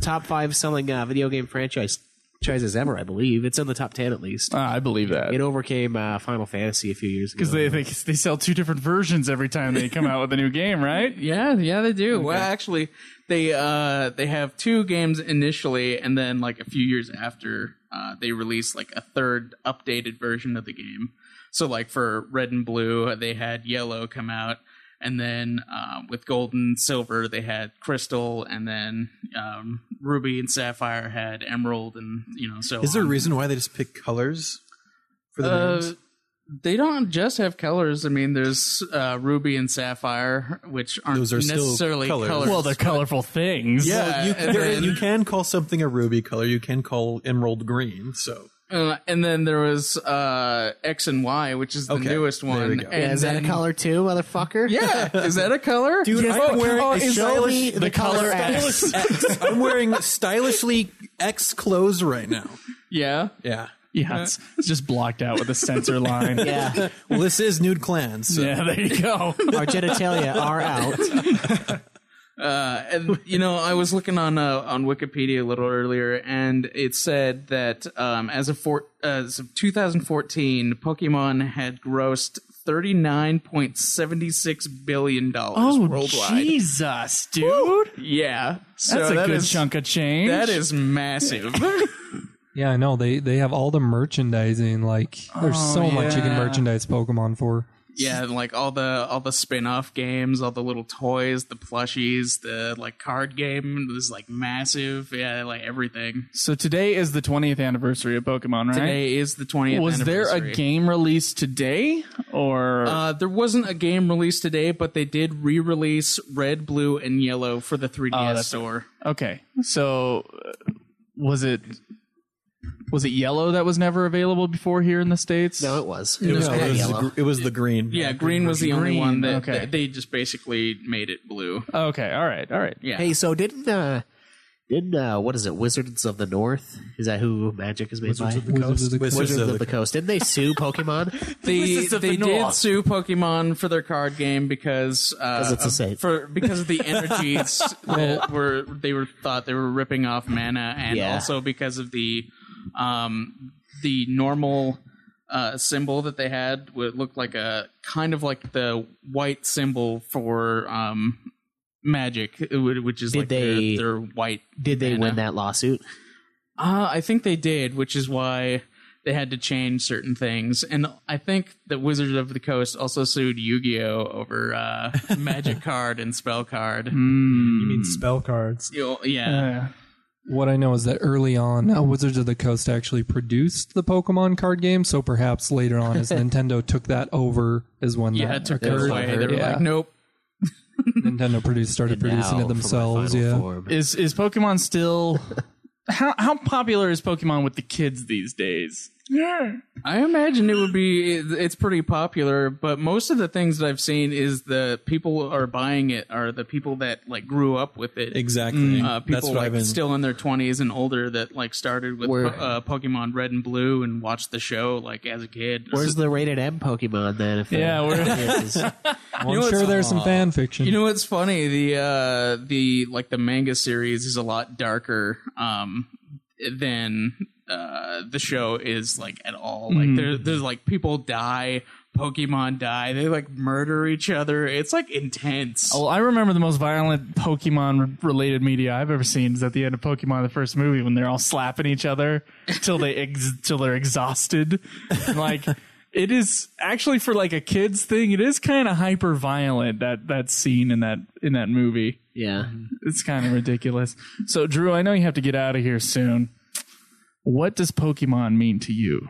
top five selling uh, video game franchise franchises ever, I believe. It's in the top ten at least.
I believe that
it overcame uh, Final Fantasy a few years ago.
Because they think they sell two different versions every time they come out with a new game, right?
Yeah, yeah, they do. Well, actually, they uh, they have two games initially, and then like a few years after, uh, they release like a third updated version of the game. So like for Red and Blue, they had Yellow come out, and then uh, with Gold and Silver, they had Crystal, and then um, Ruby and Sapphire had Emerald, and you know so.
Is there a
on.
reason why they just pick colors for the
Uh,
names?
They don't just have colors. I mean, there's uh, ruby and sapphire, which aren't
Those are still
necessarily
colors.
Well, they're colorful things.
Yeah, you,
and
there-
then-
you can call something a ruby color. You can call emerald green. So
Uh, and then there was uh, X and Y, which is the
Okay,
newest
there we
one.
go.
And
Yeah, is that
then-
a color too, motherfucker?
Yeah, is that a color?
Dude,
Yes,
I'm
the
wearing
color
a
is
stylish-
only the,
the
color,
color
X.
X. I'm wearing stylishly X clothes right now.
Yeah.
Yeah.
Yeah, it's, it's just blocked out with a sensor line.
Yeah.
Well, this is nude clans. so-
Yeah, there you go.
Our genitalia are out.
Uh, and you know, I was looking on uh, on Wikipedia a little earlier, and it said that um, as of four, as of 2014, Pokemon had grossed 39.76 billion dollars
Oh,
worldwide.
Jesus, dude.
Yeah, so
That's a
that
good
is-
chunk of change.
That is massive.
Yeah, I know. They they have all the merchandising. Like, there's
Oh,
so much you can
yeah.
merchandise Pokemon for.
yeah, like all the all the spin-off games, all the little toys, the plushies, the like card game was like massive. Yeah, like everything.
So today is the 20th anniversary of Pokemon, right?
Today is the 20th
Was there a
anniversary.
game released today or
Uh, there wasn't a game released today, but they did re-release Red, Blue, and Yellow for the 3DS
Oh, that's-
E store.
Okay. So uh, was it was it yellow that was never available before here in the states? No,
it was.
It was, it was the, gr- it was the green.
Yeah, green was the only
Green,
one that
okay.
that they just basically made it blue.
Okay, all right, all right.
Yeah.
Hey, so didn't uh didn't uh what is it, Wizards of the North? Is that who Magic is made
Wizards
by?
of the Wizards of the Coast.
Wizards of the Coast. Didn't they sue Pokemon?
They, they did sue Pokemon for their card game because uh,
'Cause it's a saint.
for because of the energies that were they were thought they were ripping off mana and
Yeah.
also because of the um the normal uh, symbol that they had would look like a kind of like the white symbol for um magic it would- which is
Did
like their-
they-
their white
Did they win that lawsuit?
uh, I think they did, which is why they had to change certain things. And I think that Wizards of the Coast also sued Yu-Gi-Oh over uh, Magic card and spell card.
Hmm.
Mm.
You mean spell cards?
You know, Hmm.
Uh.
yeah.
What I know is that early on, uh, Wizards of the Coast actually produced the Pokemon card game, so perhaps later on, as Nintendo took that over, is when
yeah,
that
it took it away. They were
Yeah.
like, nope.
Nintendo produced started producing it themselves. Yeah,
Is is Pokemon still how how popular is Pokemon with the kids these days? Yeah.
I imagine it would be it- it's pretty popular, but most of the things that I've seen is the people are buying it are the people that like grew up with it.
Exactly.
Uh,
That's
people
what
like
I've been-
still in their 20s and older that like started with
Where-
po- uh, Pokemon Red and Blue and watched the show like as a kid.
Where's the rated M Pokemon then? If
Yeah,
uh,
where-
it is?
You know
I'm sure
what's-
there's some
Aw.
fan fiction.
You know what's funny? The uh the like the manga series is a lot darker um than uh the show is like at all. Like
Mm-hmm.
Mhm.
there there's like people die, Pokemon die, they like murder each other. It's like intense.
Oh, I remember the most violent Pokemon related media I've ever seen is at the end of Pokemon the first movie when they're all slapping each other till they ex- till they're exhausted. And, like it is actually for like a kids thing. It is kind of hyper violent that that scene in that in that movie. Mm-hmm.
Yeah,
it's kind of ridiculous. So Drew, I know you have to get out of here soon. What does Pokemon mean to you?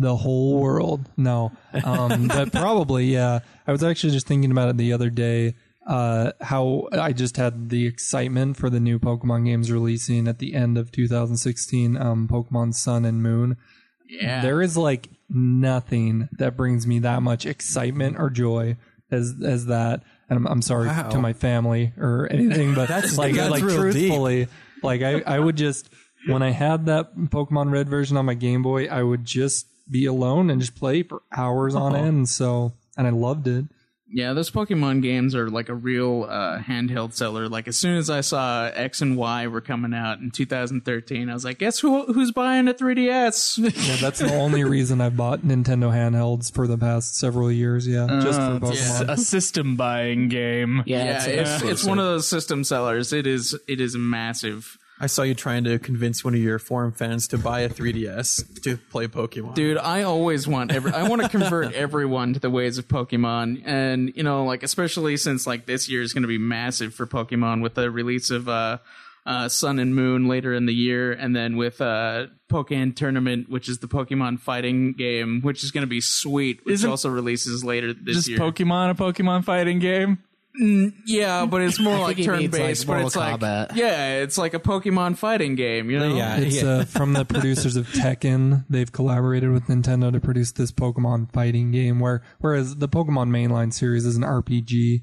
the whole world. No, um, but probably yeah. I was actually just thinking about it the other day. Uh, how I just had the excitement for the new Pokemon games releasing at the end of 2016. Um, Pokemon Sun and Moon.
Yeah.
There is like nothing that brings me that much excitement or joy as as that. And I'm, I'm sorry
Wow.
to my family or anything, but
That's-
like
that's
like
real deep.
truthfully, like I I would just when I had that Pokemon Red version on my Game Boy, I would just be alone and just play for hours on
Aw.
end. So and I loved it.
Yeah, those Pokemon games are like a real uh, handheld seller. Like as soon as I saw X and Y were coming out in 2013, I was like, guess who who's buying a 3DS?
Yeah, that's the only reason I bought Nintendo handhelds for the past several years. Yeah, just for
Uh, it's
Pokemon.
a system buying game.
Yeah,
Yeah,
it's, it's one of those system sellers. It is it is massive.
I saw you trying to convince one of your forum fans to buy a 3DS to play Pokemon.
Dude, I always want every I want to convert everyone to the ways of Pokemon and you know like especially since like this year is going to be massive for Pokemon with the release of uh uh, Sun and Moon later in the year, and then with uh, Pokémon Tournament, which is the Pokemon fighting game, which is going to be sweet, which
Isn't-
also releases later this
Just
year.
Pokemon a Pokemon fighting game?
Mm, yeah, but it's more
I
like
think he
turn
means, like,
based, but
Mortal
it's
Kombat.
like yeah, it's like a Pokemon fighting game, you know?
it's Uh, from the producers of Tekken. They've collaborated with Nintendo to produce this Pokemon fighting game, where whereas the Pokemon mainline series is an RPG.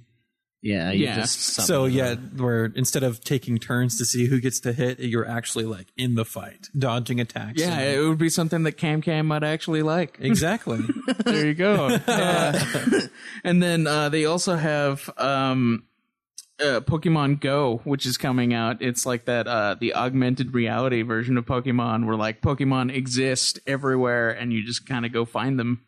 Yeah,
so yeah, where instead of taking turns to see who gets to hit, you're actually like in the fight, dodging attacks.
Yeah,
and-
it would be something that Cam Cam might actually like.
exactly.
there you go. Uh, and then uh, they also have um, uh, Pokemon Go, which is coming out. It's like that uh, the augmented reality version of Pokemon, where like Pokemon exist everywhere, and you just kind of go find them.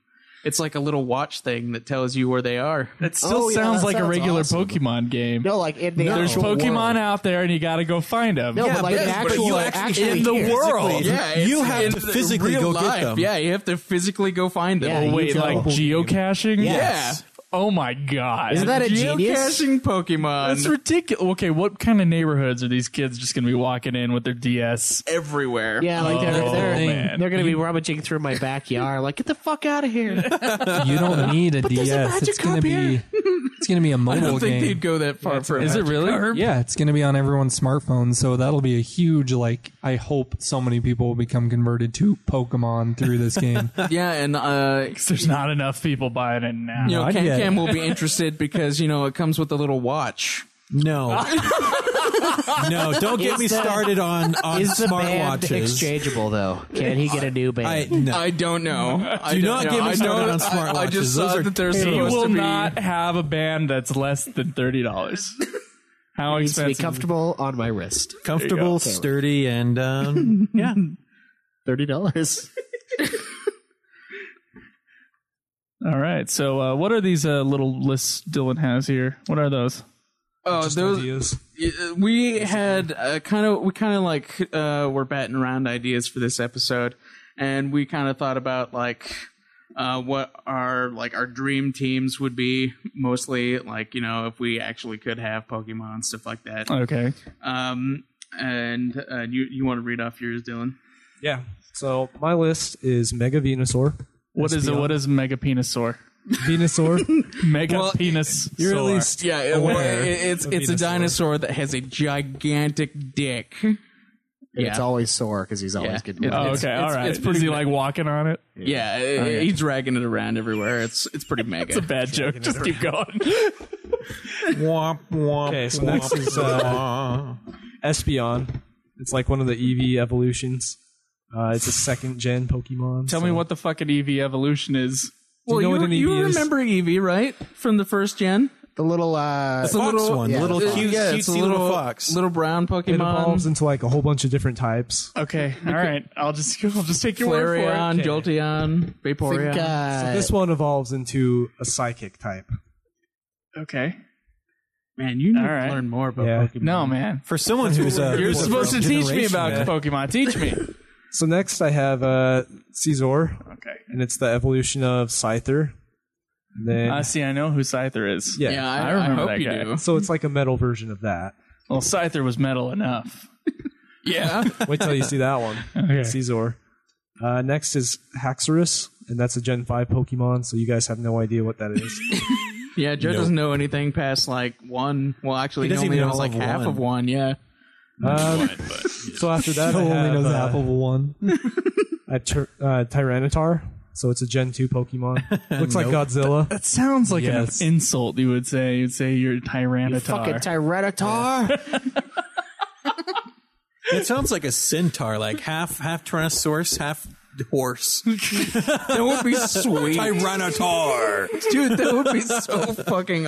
It's like a little watch thing that tells you where they are.
It still
Oh,
Oh, sounds like a regular Pokemon game. No,
like in
the
there's
actual
Pokemon
world.
out there, and you got to go find them.
No, Yeah, but like but- an but actual- you actually- actually in the here. world, Physically. Yeah, it's you have in to the physically real go get life. them. Yeah, you have to physically go find them.
oh
Yeah,
wait,
you
like
go.
geocaching?
Yes.
Yeah. Oh my god!
Isn't that a
geocaching
genius? Pokemon?
That's ridiculous. Okay, what kind of neighborhoods are these kids just going to be walking in with their DS?
Everywhere.
Yeah, like they're
Oh,
they're,
man.
they're going to be rummaging through my backyard. Like, get the fuck out of here!
You don't need a
Uh, But there's a
DS. It's
magic
gonna
cup
be
here.
it's gonna be a mobile
I don't think
game.
they'd go that far for. a
Is it
magic
really?
card.
Yeah, it's going to be on everyone's smartphone, so that'll be a huge like. I hope so many people will become converted to Pokemon through this game.
yeah, and uh,
there's not enough people buying it now.
You know,
I'd
Cam
get it.
Cam will be interested because you know it comes with a little watch.
No, no, don't get
Is
me
the-
started on on
is the band
smartwatches.
exchangeable,
though? Can he get a new band?
I, no.
I don't know. I
Do
don't
not
know.
get me
I
started on
don't- I-
smartwatches.
I just
Those
saw
are
that they're
terrible.
You
supposed
will
to be.
not have a band that's less than thirty dollars. How
needs to
expensive?
be comfortable on my wrist.
comfortable, sturdy, and um, yeah,
thirty dollars.
All right. So, uh, what are these uh, little lists Dylan has here? What are those?
Oh, those Uh, we had uh, kind of we kind of like uh, were batting around ideas for this episode, and we kind of thought about like uh, what our like our dream teams would be mostly like you know if we actually could have Pokemon and stuff like that.
Okay.
Um, and uh, you you want to read off yours, Dylan?
Yeah. So my list is Mega Venusaur.
What is it? What is Mega Penisaur?
Venusaur?
Mega
Well,
Penis.
you're at
Soar.
least
Yeah, it- well, it- it's it's a dinosaur that has a gigantic dick.
It's always sore because he's always
Yeah.
good.
Yeah.
with
Oh,
it.
It's-
okay. All
it's-
right.
it's pretty
Is he
ma-
like walking on it?
Yeah, Uh,
Oh, yeah.
he's dragging it around everywhere. It's it's pretty mega.
It's a bad joke. Just keep going.
womp womp.
Okay, so next
womp,
is uh,
womp.
Espeon. It's like one of the EV evolutions. Uh, it's a second gen Pokemon.
Tell me what the fucking EV evolution is.
Well, you, you remember Eevee, right? From the first gen?
The little, uh,
The fox one, the little cute-
it's a
cutesy little fox.
Little brown Pokemon.
It evolves into like a whole bunch of different types.
Okay. All right. I'll just I'll just take your word for it.
Flareon, Jolteon, Vaporeon.
Think, uh,
So this one evolves into a psychic type.
Okay.
Man, you need
All right.
to learn more about
Yeah.
Pokemon.
No, man.
For someone who's uh,
You're supposed to teach me about
man.
Pokemon. Teach me.
So next I have uh, Caesar.
Okay.
And it's the evolution of Scyther. And then
I see. I know who Scyther is.
Yeah.
Yeah, Uh, I,
I
I
remember
hope
that
you
guy.
do.
So it's like a metal version of that.
Well, Scyther was metal enough.
Yeah.
Wait till you see that one.
Okay.
Caesar. Uh, next is Haxorus, and that's a Gen 5 Pokemon, so you guys have no idea what that is.
yeah, Joe doesn't know anything past like one. Well, actually,
He
he,
doesn't
only
even know
knows like
all of
half
one.
of one. Yeah.
Um, so after that, I
Phil
have,
only knows
uh,
half of one.
I have Tyr- uh, Tyranitar, so it's a Gen 2 Pokemon. Looks like uh,
Nope.
Godzilla.
That sounds like
Yes.
an insult. You would say. You'd say you're Tyranitar.
Fucking Tyranitar.
It sounds like a centaur, like half half Tyrannosaurus, half horse.
That would be sweet,
Tyrannotaur.
dude. That would be so fucking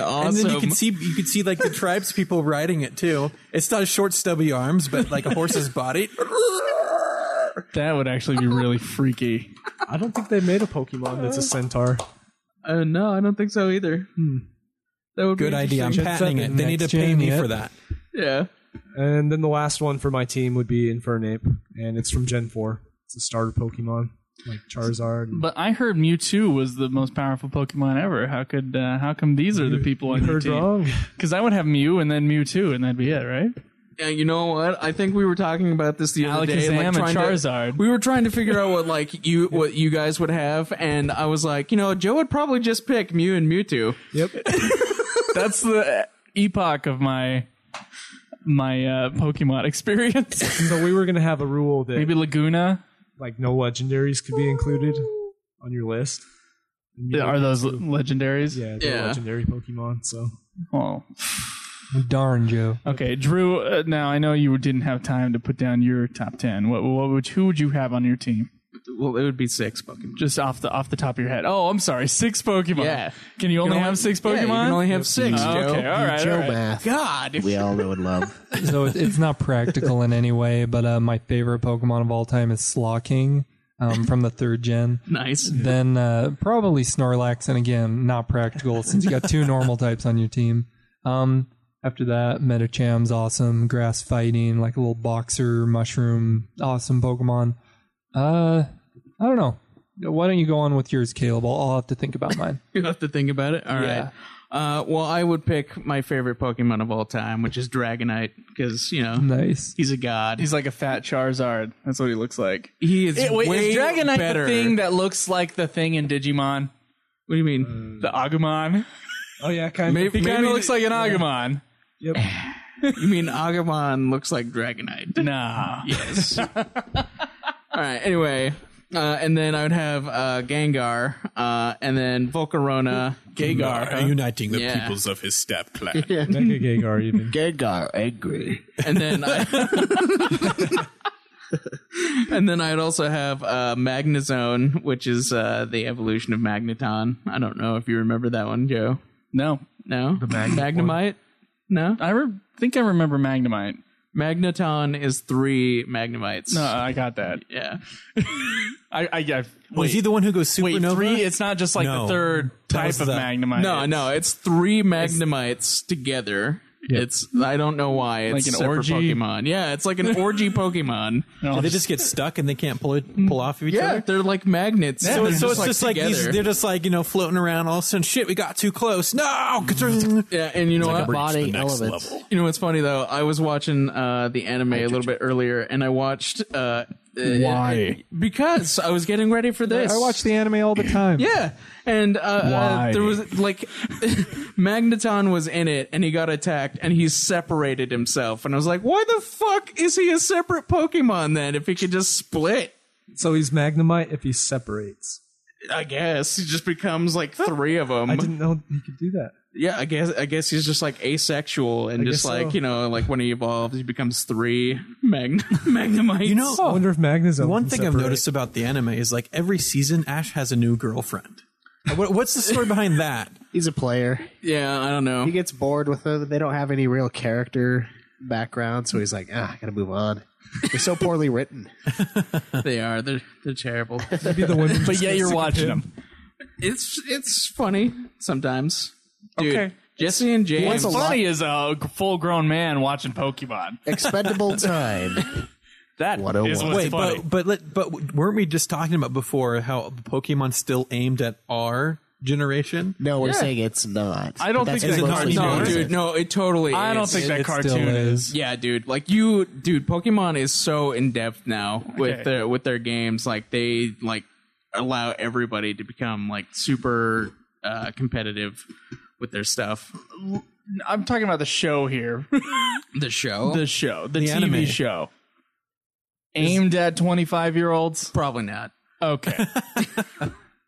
And
awesome.
then you can see you can see like the tribes people riding it too. It's not short stubby arms, but like a horse's body.
that would actually be really freaky.
I don't think they made a Pokemon that's a centaur.
Uh, no, I don't think so either. That would be
Hmm. Good idea. I'm
interesting.
patenting it. They need to
Next
pay
gen,
me
yep.
for that.
Yeah.
And then the last one for my team would be Infernape, and it's from Gen 4. It's a starter Pokemon, like Charizard. and-
But I heard Mewtwo was the most powerful Pokemon ever. How could? Uh, how come these are the people on
You
your
heard
team?
wrong.
Because I would have Mew and then Mewtwo, and that'd be it, right?
Yeah, you know what? I think we were talking about this the other day.
Alakazam and
trying to-
Charizard.
we were trying to figure out what like you what you guys would have, and I was like, you know, Joe would probably just pick Mew and Mewtwo.
Yep.
That's the epoch of my my uh, Pokemon experience.
So we were going to have a rule that
Maybe Laguna.
like no legendaries could be included on your list. And you-
Are those le- legendaries?
Yeah, they're
Yeah.
legendary Pokemon. So
Oh,
Darn Joe.
okay, Drew. Uh, now I know you didn't have time to put down your top ten. What, what would who would you have on your team?
Well, it would be six Pokemon.
Just off the off the top of your head. Oh, I'm sorry, six Pokemon.
Yeah.
Can you only have six Pokemon?
Yeah, you can only have six.
Oh,
Joe.
okay, all right,
Joe
all right.
math.
God.
We all know and love.
so it, it's not practical in any way. But uh, my favorite Pokemon of all time is Slawking. um, from the third gen.
Nice.
Then uh, probably Snorlax, and again, not practical since you got two normal types on your team. Um, after that, Metacham's awesome, grass fighting, like a little boxer mushroom, awesome Pokemon. Uh, I don't know. Why don't you go on with yours, Caleb? I'll, I'll have to think about mine.
You'll have to think about it. All right.
Yeah.
Uh, well, I would pick my favorite Pokemon of all time, which is Dragonite, because you know,
Nice.
He's a god.
He's like a fat Charizard. That's what he looks like.
He is
It- wait,
way
is Dragonite
better.
the thing that looks like the thing in Digimon?
What do you
Mm.
mean?
the Agumon?
Oh yeah, kind
Maybe, he kind of looks like an
yeah.
Agumon.
Yep.
you mean Agumon looks like Dragonite?
Nah.
Yes. All right. Anyway, uh, and then I would have uh, Gengar, uh, and then Volcarona, Gengar,
uniting the
Yeah.
peoples of his step clan.
Mega
Gengar, even
Gengar angry.
and then I, and then I'd also have uh, Magnezone, which is uh, the evolution of Magneton. I don't know if you remember that one, Joe.
No.
No, the Magnemite.
Magnemite?
No,
I re- think I remember Magnemite.
Magneton is three Magnemites.
No, I got that.
Yeah.
I, I, I
Was he the one who goes
wait,
supernova?
three? It's not just like
No.
the third
That
type
was
of
the-
Magnemite.
No, no, it's three Magnemites together. It's I don't know why it's
Like an
separate
orgy?
Pokemon. Yeah, it's like an orgy Pokemon.
Do they just get stuck and they can't pull it, pull off of each
yeah,
other.
they're like magnets.
So,
They're
so it's just like these,
together.
they're just like you know floating around. All of a sudden, shit, we got too close. No,
yeah, and you know what?
Body
You know what's funny though? I was watching uh, the anime a little bit earlier, and I watched. Uh,
Why?
uh, Because I was getting ready for this.
I watch the anime all the time.
Yeah, and uh, uh,
Why?
there was like Magneton was in it, and he got attacked, and he separated himself, and I was like, why the fuck is he a separate Pokemon then? If he could just split,
So he's Magnemite if he separates.
I guess he just becomes like three of them.
I didn't know he could do that.
Yeah, I guess I guess he's just like asexual and
I
just
guess
like
so.
you know like when he evolves he becomes three Magn- Magnemites. Oh.
You know,
I wonder if Magnezone.
One
can
thing I've
separate.
noticed about the anime is like every season, Ash has a new girlfriend. Uh, What, what's the story behind that?
He's a player.
Yeah, I don't know.
He gets bored with them. They don't have any real character background, so he's like, ah, I gotta move on. They're so poorly written.
they are they're they're terrible.
the women
But yet you're watching them.
It's it's funny sometimes. Dude, Jesse and James.
What's funny is a full grown man watching Pokemon.
Expendable time.
That is what's
Wait,
funny.
but but let, but weren't we just talking about before how Pokemon still aimed at our generation?
No, we're
Yeah.
saying it's not.
I don't think that
mostly
cartoon-
what
No,
it is.
dude, no, it totally.
Oh, I don't
is.
think that
It-
cartoon still is.
Yeah, dude, like you, dude. Pokemon is so in depth now with
Okay.
their with their games. Like they like allow everybody to become like super uh, competitive with their stuff.
I'm talking about the show here.
The show,
The show. The,
The
TV
anime.
show. Aimed at 25 year olds?
Probably not.
Okay.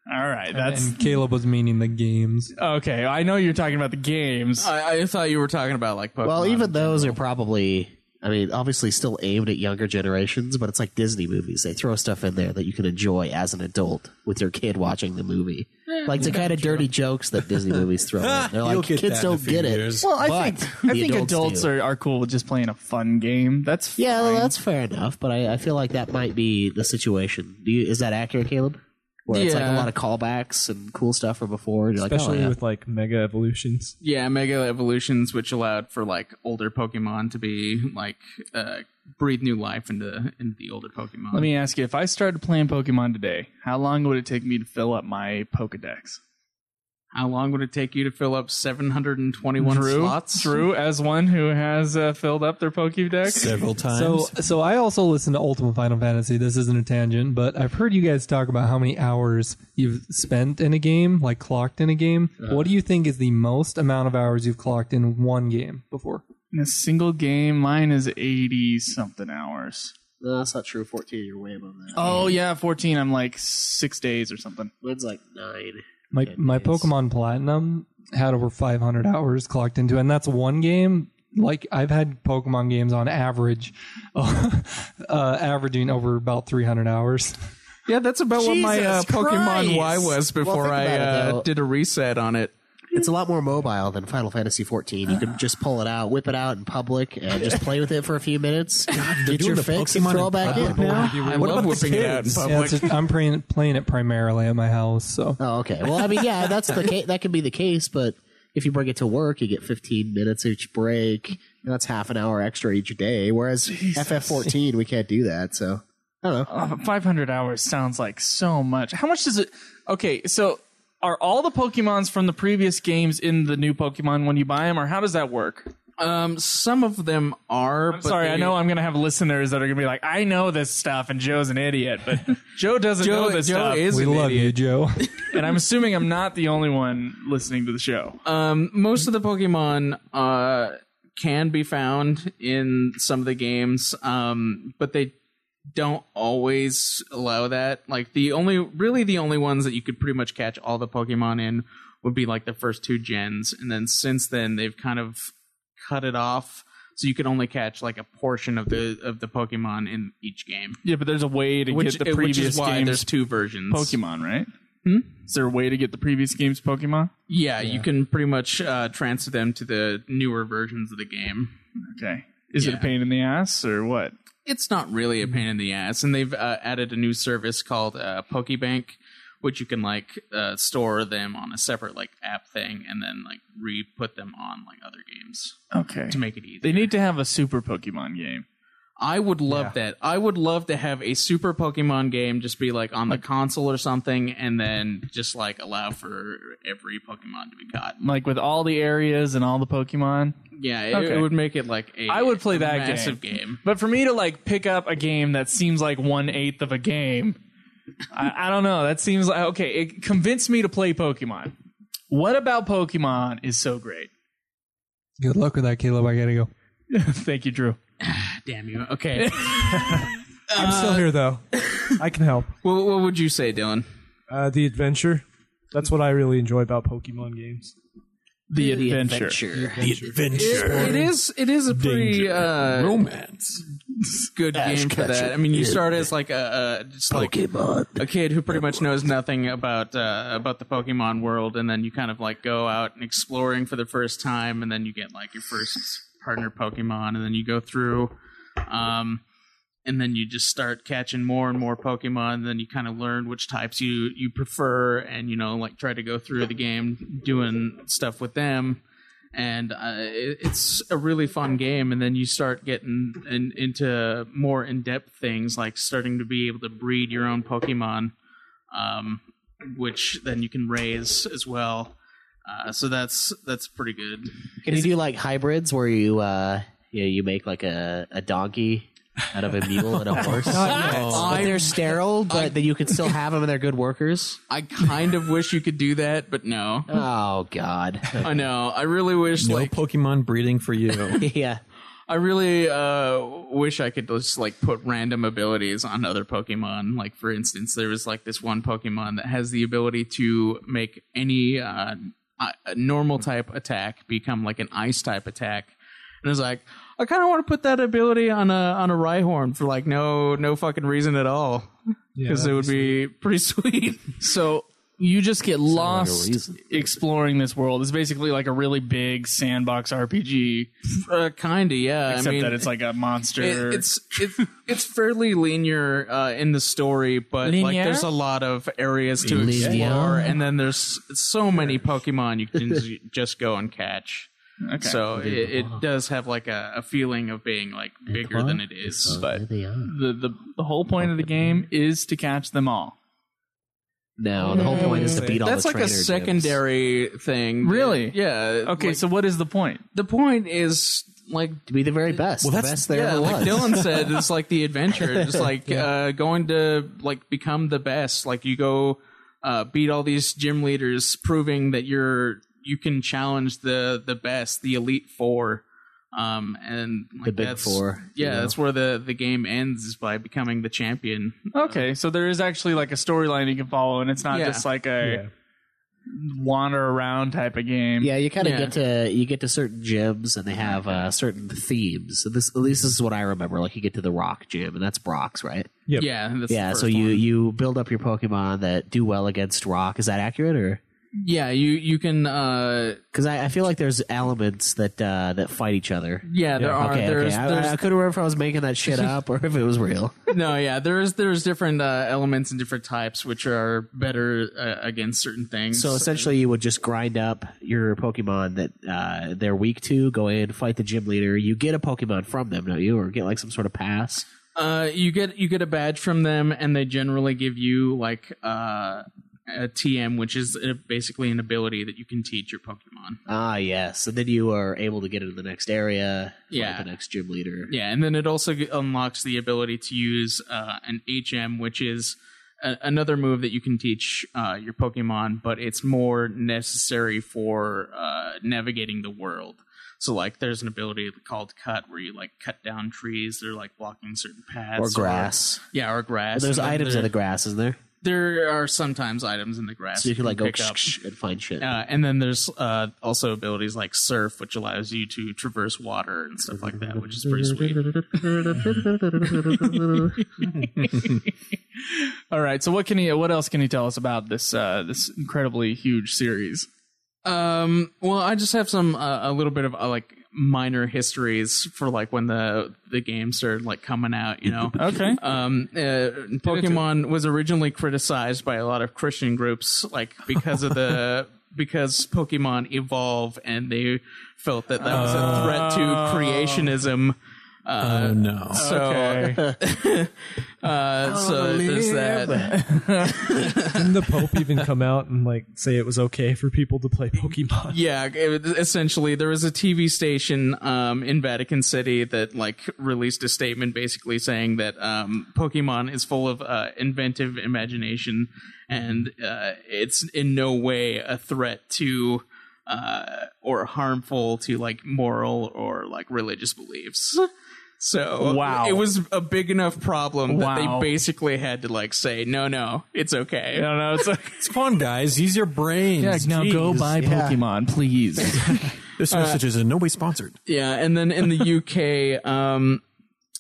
All right. That's.
and Caleb was meaning the games.
Okay. I know you're talking about the games.
I, I thought you were talking about like Pokemon.
Well, even those are probably, I mean, obviously still aimed at younger generations, but it's like Disney movies. They throw stuff in there that you can enjoy as an adult with your kid watching the movie.
Eh,
Like the
yeah,
kind of dirty jokes that Disney movies throw in. They're
You'll
like,
get
kids
that in a
don't
few
get
years.
it.
Well,
I
but
think, I
the
think adults
do.
are, are cool with just playing a fun game. That's fine.
Yeah, well, that's fair enough, but I, I feel like that might be the situation. Do you, is that accurate, Caleb? Where it's like a
Yeah.
lot of callbacks and cool stuff from before. and You're like,
especially
oh, yeah.
with like Mega Evolutions.
Yeah, Mega Evolutions, which allowed for like older Pokemon to be like uh, breathe new life into into the older Pokemon.
Let me ask you: If I started playing Pokemon today, how long would it take me to fill up my Pokedex?
How long would it take you to fill up 721
Drew,
slots?
Drew, as one who has uh, filled up their Pokedex
several
So, so I also listen to Ultimate Final Fantasy. This isn't a tangent, but I've heard you guys talk about how many hours you've spent in a game, like clocked in a game. what do you think is the most amount of hours you've clocked in one game before?
in a single game, mine is eighty something hours.
No, that's not true. 14, you're way above that.
Oh yeah, fourteen. I'm like six days or something.
Mine's like nine.
My my Pokemon Platinum had over 500 hours clocked into, it, and that's one game. Like I've had Pokemon games on average, uh, averaging over about 300 hours.
Yeah, that's about what my uh,
Jesus
Pokemon
Christ.
Y was
Well,
before
think
I
about it,
uh,
though.
did a reset on it.
It's a lot more mobile than Final Fantasy 14. You can just pull it out, whip it out in public, and just play with it for a few minutes, get your fix, and throw it back in.
I love whipping it out in public. I'm playing, playing it primarily at my house. So.
Oh, okay. Well, I mean, yeah, that's the ca- that can be the case, but if you bring it to work, you get 15 minutes each break, and that's half an hour extra each day. Whereas FF14, we can't do that. So I don't know.
Uh, 500 hours sounds like so much. How much does it? Okay, so are all the Pokemons from the previous games in the new Pokemon when you buy them, or how does that work?
Um, some of them are.
I'm sorry, I know I'm gonna have listeners that are gonna be like, I know this stuff, and Joe's an idiot, but Joe doesn't
Joe-
know this
Joe
stuff.
is We an love idiot. you,
Joe.
and I'm assuming I'm not the only one listening to the show.
Um, most of the Pokemon uh, can be found in some of the games, um, but they don't always allow that. Like the only, really, the only ones that you could pretty much catch all the Pokemon in would be like the first two gens, and then since then they've kind of cut it off, so you can only catch like a portion of the of the Pokemon in each game.
Yeah, but there's a way to
Which-
get the
uh, which
previous
is why
games.
there's two versions.
Pokemon, right?
Hmm?
Is there a way to get the previous games Pokemon?
Yeah, you can pretty much uh, transfer them to the newer versions of the game.
Okay. Is it a pain in the ass or what? Hmm.
It's not really a pain in the ass, and they've uh, added a new service called uh, PokeBank, which you can like uh, store them on a separate like app thing, and then like re-put them on like other games.
Okay.
to make it easy.
They need to have a super Pokemon game.
I would love that. I would love to have a super Pokemon game just be like on the console or something, and then just like allow for every Pokemon to be caught.
Like with all the areas and all the Pokemon.
Yeah, it,
Okay.
it would make it like a
I would play that
massive
game.
game.
But for me to like pick up a game that seems like one eighth of a game, I, I don't know. That seems like okay. It convinced me to play Pokemon. What about Pokemon is so great?
Good luck with that, Caleb. I gotta go.
Thank you, Drew.
Damn you. Okay.
I'm
Uh,
still here though. I can help.
What, what would you say, Dylan?
Uh, the adventure. That's what I really enjoy about Pokemon games.
The The adventure. adventure.
The adventure.
It is. It is a pretty uh, romance. Good
Ash
game for that.
catcher.
I mean, you
Yeah.
start as like a, a just like a kid who pretty much knows nothing about uh, about the Pokemon world, and then you kind of like go out and exploring for the first time, and then you get like your first partner Pokemon, and then you go through. Um, and then you just start catching more and more Pokemon. And then you kind of learn which types you you prefer, and you know, like try to go through the game doing stuff with them. And uh, it, it's a really fun game. And then you start getting in, into more in depth things, like starting to be able to breed your own Pokemon, um, which then you can raise as well. Uh, so that's that's pretty good.
Can you do like hybrids where you uh, you, know, you make like a, a donkey out of a mule and a horse?
Not yet.
But they're sterile, but that you can still have them and they're good workers.
I kind of wish you could do that, but no.
Oh God,
I know. I really wish
No
like
Pokemon breeding for you.
yeah.
I really uh, wish I could just like put random abilities on other Pokemon. Like for instance, there was like this one Pokemon that has the ability to make any uh, i- a normal type attack become like an ice type attack, and I was like, I kind of want to put that ability on a on a Rhyhorn for like no no fucking reason at all, because it would be pretty sweet.
So you just get lost exploring this world. It's basically like a really big sandbox RPG.
Uh, kinda, yeah.
Except
I mean,
that it's like a monster.
It- it's it's it's fairly linear uh, in the story, but like
Linear?
there's a lot of areas to
Linear.
explore, and then there's so many Pokemon you can j- just go and catch.
Okay.
So it, it does have like a, a feeling of being like bigger than it
uh,
is, but
the, the the whole point of the game is to catch them all.
No, the whole point is to beat all
That's
the
like a
trainer
secondary thing. Really? Yeah.
Okay,
like-
so what is the point?
The point is like to
be the very best. the best there
yeah,
ever
like
was.
Dylan said, it's like the adventure, just like uh, going to like become the best. Like you go uh, beat all these gym leaders, proving that you're you can challenge the the best, the elite four, um, and like,
The big
that's,
four,
Yeah,
you know.
that's where the the game ends is by becoming the champion.
Okay, so there is actually like a storyline you can follow, and it's not
Yeah.
just like a wander around type of game.
Yeah, you kind of get to you get to certain gyms and they have uh, certain themes. So this at least this is what I remember. Like you get to the rock gym and that's Brock's, right?
Yep. Yeah, that's the
yeah. So
first
you you build up your Pokemon that do well against rock. Is that accurate or?
Yeah, you you can. Uh,
Because I, I feel like there's elements that uh, that fight each other.
Yeah, there are.
Okay,
There's-
okay. I-
there's-
I, I couldn't remember if I was making that shit up or if it was real.
no, yeah, there's there's different uh, elements and different types which are better uh, against certain things.
So essentially, you would just grind up your Pokemon that uh, they're weak to, go in, fight the gym leader. You get a Pokemon from them, don't you? Or get like some sort of pass.
Uh, you get you get a badge from them, and they generally give you like uh, a TM, which is uh, basically an ability that you can teach your Pokemon.
Ah, yes. And then you are able to get into the next area, fight
Yeah.
the next gym leader.
Yeah, and then it also g- unlocks the ability to use uh, an HM, which is a- another move that you can teach uh, your Pokemon, but it's more necessary for uh, navigating the world. So like, there's an ability called Cut, where you like cut down trees that are like blocking certain paths
Or grass.
yeah, or grass.
There's
And then
items
there-
in the grass, isn't there?
There are sometimes items in the grass.
So you can like go
pick up.
and find shit.
Uh, and then there's uh, also abilities like surf, which allows you to traverse water and stuff like that, which is pretty sweet.
All right. So what can he? What else can he tell us about this uh, this incredibly huge series?
Um, well, I just have some uh, a little bit of uh, like minor histories for like when the the game started like coming out. You know,
Okay.
Um, uh, Pokemon was originally criticized by a lot of Christian groups, like because of the because Pokemon evolve and they felt that that was a threat to
Oh.
creationism. Uh,
Oh, no.
So,
Okay.
uh, so there's that.
Didn't the Pope even come out and like say it was okay for people to play Pokemon?
Yeah, it- essentially, there was a TV station um, in Vatican City that like released a statement basically saying that um, Pokemon is full of uh, inventive imagination and uh, it's in no way a threat to uh, or harmful to like moral or like religious beliefs. So
Wow.
it was a big enough problem
Wow.
that they basically had to like say no, no, it's okay.
No, no, it's like
it's fun, guys. Use your brains.
Yeah, now go
Jeez.
buy
Yeah.
Pokemon, please.
This
Uh,
message is in no way sponsored.
Yeah, and then in the UK, um,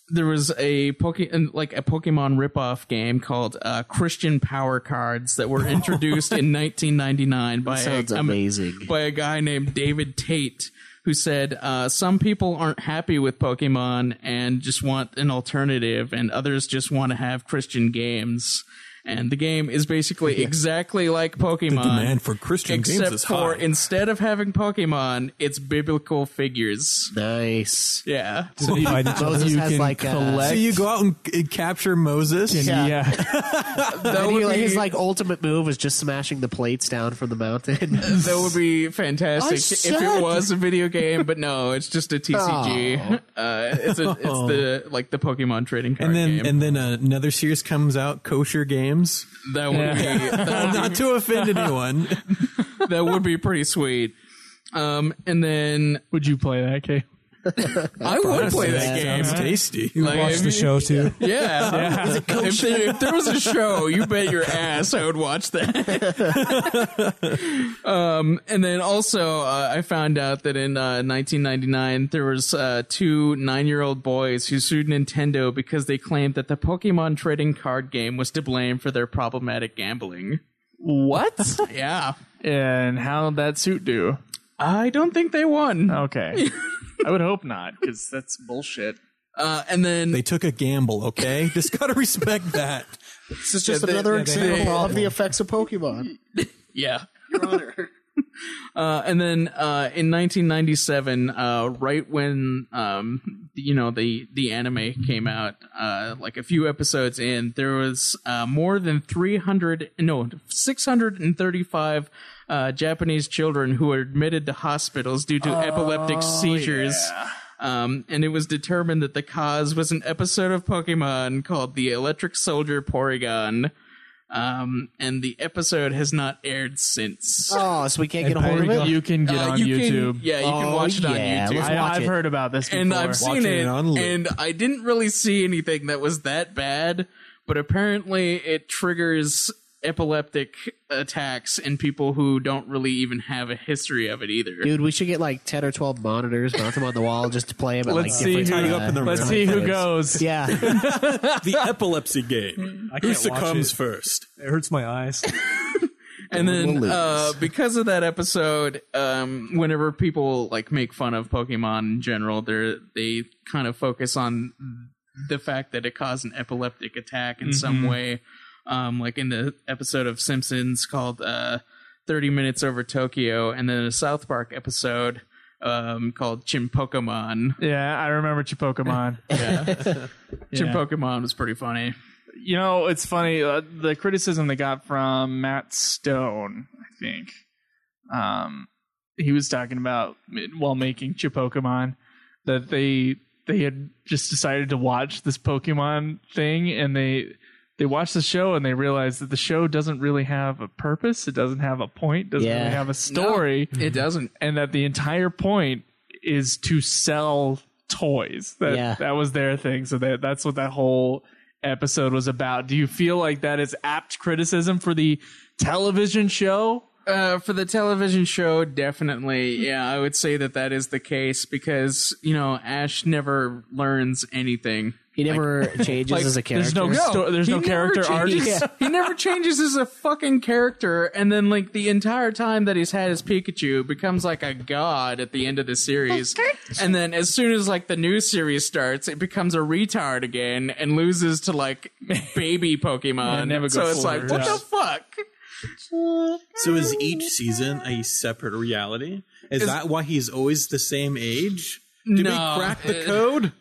there was a Poke- and, like a Pokemon ripoff game called uh, Christian Power Cards that were introduced in 1999 by
Sounds
a, um,
amazing.
by a guy named David Tate. Who said uh, some people aren't happy with Pokemon and just want an alternative, and others just want to have Christian games. And the game is basically exactly like Pokemon.
demand for Christian games
except
is
for
high.
instead of having Pokemon, it's biblical figures.
Nice.
Yeah.
So you, you can collect. So you go out and, and capture Moses.
Yeah.
that
And he,
would
like,
be-
his like ultimate move is just smashing the plates down from the mountain.
that would be
I
fantastic if
said-
it was a video game, but no, it's just a TCG. Uh, it's a, it's the like the Pokemon trading card
And then
game.
and then another series comes out, Kosher Games.
that would be that would
Not
be-
to offend anyone.
that would be pretty sweet. Um, and then
would you play that game?
I would play that
Honestly,
game.
sounds tasty.
You
Like,
watch
if
the
you-
show too.
Yeah, If, there, if there was a show, you bet your ass I would watch that. um, and then also, uh, I found out that in uh, 1999 there was uh, two nine-year-old boys who sued Nintendo because they claimed that the Pokemon trading card game was to blame for their problematic gambling.
What?
Yeah,
and how'd that suit do?
I don't think they won.
Okay. I would hope not, because that's bullshit.
Uh, and then
They took a gamble, okay? Just gotta respect that.
This is just
Yeah, they-
another
yeah, they-
example
they-
of the effects of Pokemon.
Yeah. Uh, and then uh, in 1997, uh, right when um, you know the the anime came out, uh, like a few episodes in, there was uh, more than 300 no 635 uh, Japanese children who were admitted to hospitals due to epileptic seizures. Um, and it was determined that the cause was an episode of Pokemon called the Electric Soldier Porygon. Um, and the episode has not aired since.
Oh, so we can't
And
get a hold of
Porygon-
it.
you can
Uh,
get on YouTube.
yeah, you can
Oh,
watch it on
yeah,
YouTube.
let's
I,
watch
I've
it.
heard about this before.
and I've seen it, and I didn't really see anything that was that bad, but apparently it triggers epileptic attacks in people who don't really even have a history of it either.
Dude, we should get like ten or twelve monitors, mount them on the wall, just to play them.
Let's
at, like,
see
different,
who-
uh,
let's see
different
who
things.
goes.
Yeah,
the epilepsy game.
I
Who
can't watch
succumbs
it.
first?
It hurts my eyes.
and then
We'll lose.
uh, because of that episode, um, whenever people like make fun of Pokemon in general, they they kind of focus on the fact that it caused an epileptic attack in some
Mhm.
way. Um, like in the episode of Simpsons called uh, 30 Minutes Over Tokyo, and then a South Park episode um, called Chimpokemon.
Yeah, I remember Chipokemon.
Yeah.
Yeah.
Chimpokemon was pretty funny.
you know, it's funny. Uh, the criticism they got from Matt Stone, I think, um, he was talking about while making Chipokemon that they they had just decided to watch this Pokemon thing, and they they watched the show and they realized that the show doesn't really have a purpose. It doesn't have a point. Doesn't
Yeah.
really have a story.
No, it doesn't.
And that the entire point is to sell toys. That
Yeah.
that was their thing. So that that's what that whole episode was about. Do you feel like that is apt criticism for the television show?
Uh, for the television show, definitely. Yeah, I would say that that is the case because, you know, Ash never learns anything. He
never changes as a
there's no character. sto- there's no character arc. Yeah.
He never changes as a fucking character, and then like the entire time that he's had his Pikachu becomes like a god at the end of the series, and then as soon as like the new series starts, it becomes a retard again and loses to like baby Pokemon.
Yeah, never
so
goes
it's like
forward.
what
Yeah.
the fuck.
So is each season a separate reality? Is,
Is-
that why he's always the same age? Did
No,
we crack the
it-
code?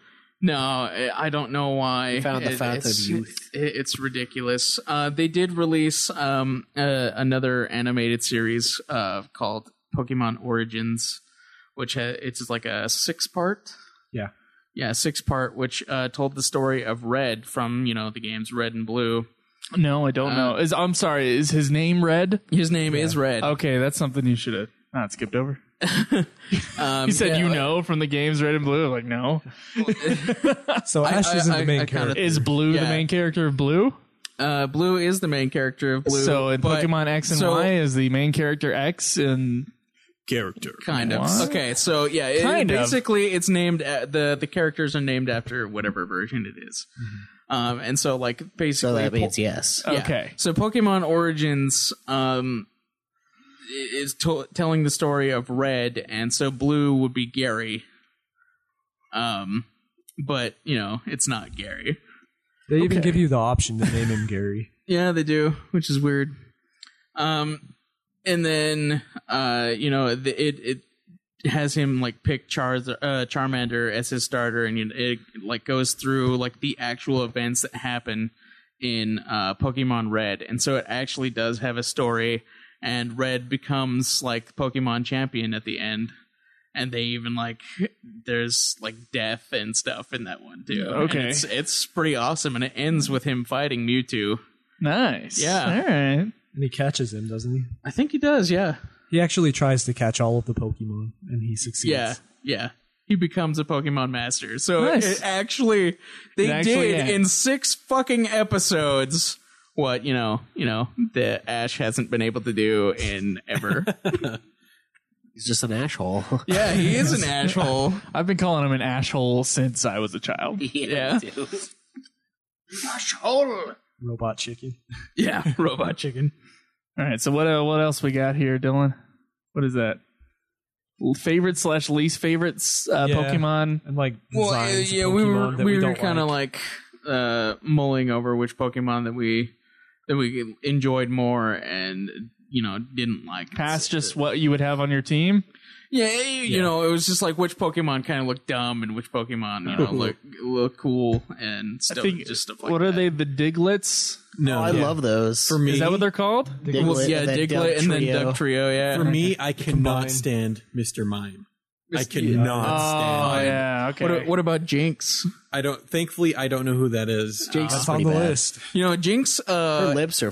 No, I I don't know why.
You found the fountain of
it's-
youth.
it- it's ridiculous. Uh, they did release um, uh, another animated series uh, called Pokemon Origins, which ha- it's like a six part.
Yeah.
Yeah, six part, which uh, told the story of Red from you know the games Red and Blue. Uh,
No, I don't know. Is um, I'm sorry. Is his name Red?
His name is Red.
Okay, that's something you should have not skipped over.
Um,
you said
yeah,
you
like-
know from the games Red and Blue. I'm like no.
so
I- Ash I- isn't the I- main I kinda- character.
Is Blue the
Yeah.
main character of Blue?
Uh, Blue is the main character of Blue.
so in
but-
Pokemon X and
so-
Y is the main character X and
character
Kind of. Okay, so yeah, it-
Kind of.
basically it's named a- the the characters are named after whatever version it is.
Mm-hmm.
Um, and so like basically
that means
Po-
yes.
Yeah.
Okay.
So Pokemon Origins um i- is to- telling the story of Red and so Blue would be Gary. Um but, you know, it's not Gary.
They even give you the option to name him Gary.
Yeah, they do, which is weird. Um, and then uh, you know, the, it it has him like pick Char- uh, Charmander as his starter, and it, it like goes through like the actual events that happen in uh, Pokemon Red, and so it actually does have a story. And Red becomes like Pokemon champion at the end, and they even like there's like death and stuff in that one too. And
Okay.
it's, it's pretty awesome, and it ends with him fighting Mewtwo.
Nice.
Yeah.
All right.
And he catches him, doesn't he?
I think he does, yeah.
He actually tries to catch all of the Pokemon, and he succeeds.
Yeah, yeah. He becomes a Pokemon master. So
Nice.
it actually they
It actually,
did
yeah.
in six fucking episodes what, you know, you know, that Ash hasn't been able to do in ever.
He's just an asshole.
yeah, he is an asshole.
I've been calling him an asshole since I was a child.
Yeah. Asshole.
Robot chicken.
Yeah, robot chicken.
All right. So what uh, what else we got here, Dylan? What is that? Favorite slash least favorite uh,
Yeah.
Pokemon?
And like
Well, uh, yeah, we were we, were kind of like, uh, mulling over which Pokemon that we that we enjoyed more and you know didn't like.
past just what you would have on your team.
Yeah, you, you know, it was just like which Pokemon kind of looked dumb and which Pokemon you know look look cool and
I
stuff.
think
just stuff like
what are they? The Diglets?
No,
I
yeah.
love those.
For me,
Is that what they're called?
Diglett, Well, yeah, and then Diglett Duck and then Trio. Duck Trio, yeah.
For me, I cannot
Combine.
stand Mr. Mime. I
Mr.
cannot
Oh,
stand.
yeah, okay. What- what about Jinx?
I don't. Thankfully, I don't know who that is. Uh,
Jinx is pretty bad. You know, Jinx. Uh, Her
lips are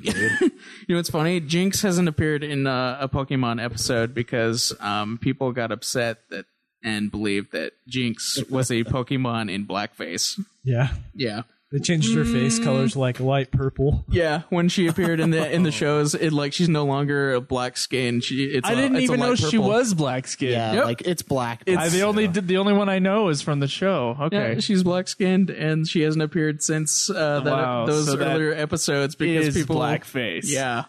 dude.
you know, it's funny. Jinx hasn't appeared in uh, a Pokemon episode because um, people got upset that and believed that Jinx was a Pokemon in blackface.
Yeah.
Yeah.
They changed her face
Mm.
colors to like light purple.
Yeah, when she appeared in the in the shows, it like she's no longer a black skin. She it's
I
a-
didn't
it's a
even
light
know she
purple.
was black skinned.
Yeah, Yep. like,
it's black.
It's-
I, the only the only one I know is from the show. Okay,
Yeah, she's black skinned and she hasn't appeared since uh, that,
Wow,
those
so that
earlier episodes because
is
people
blackface.
Yeah,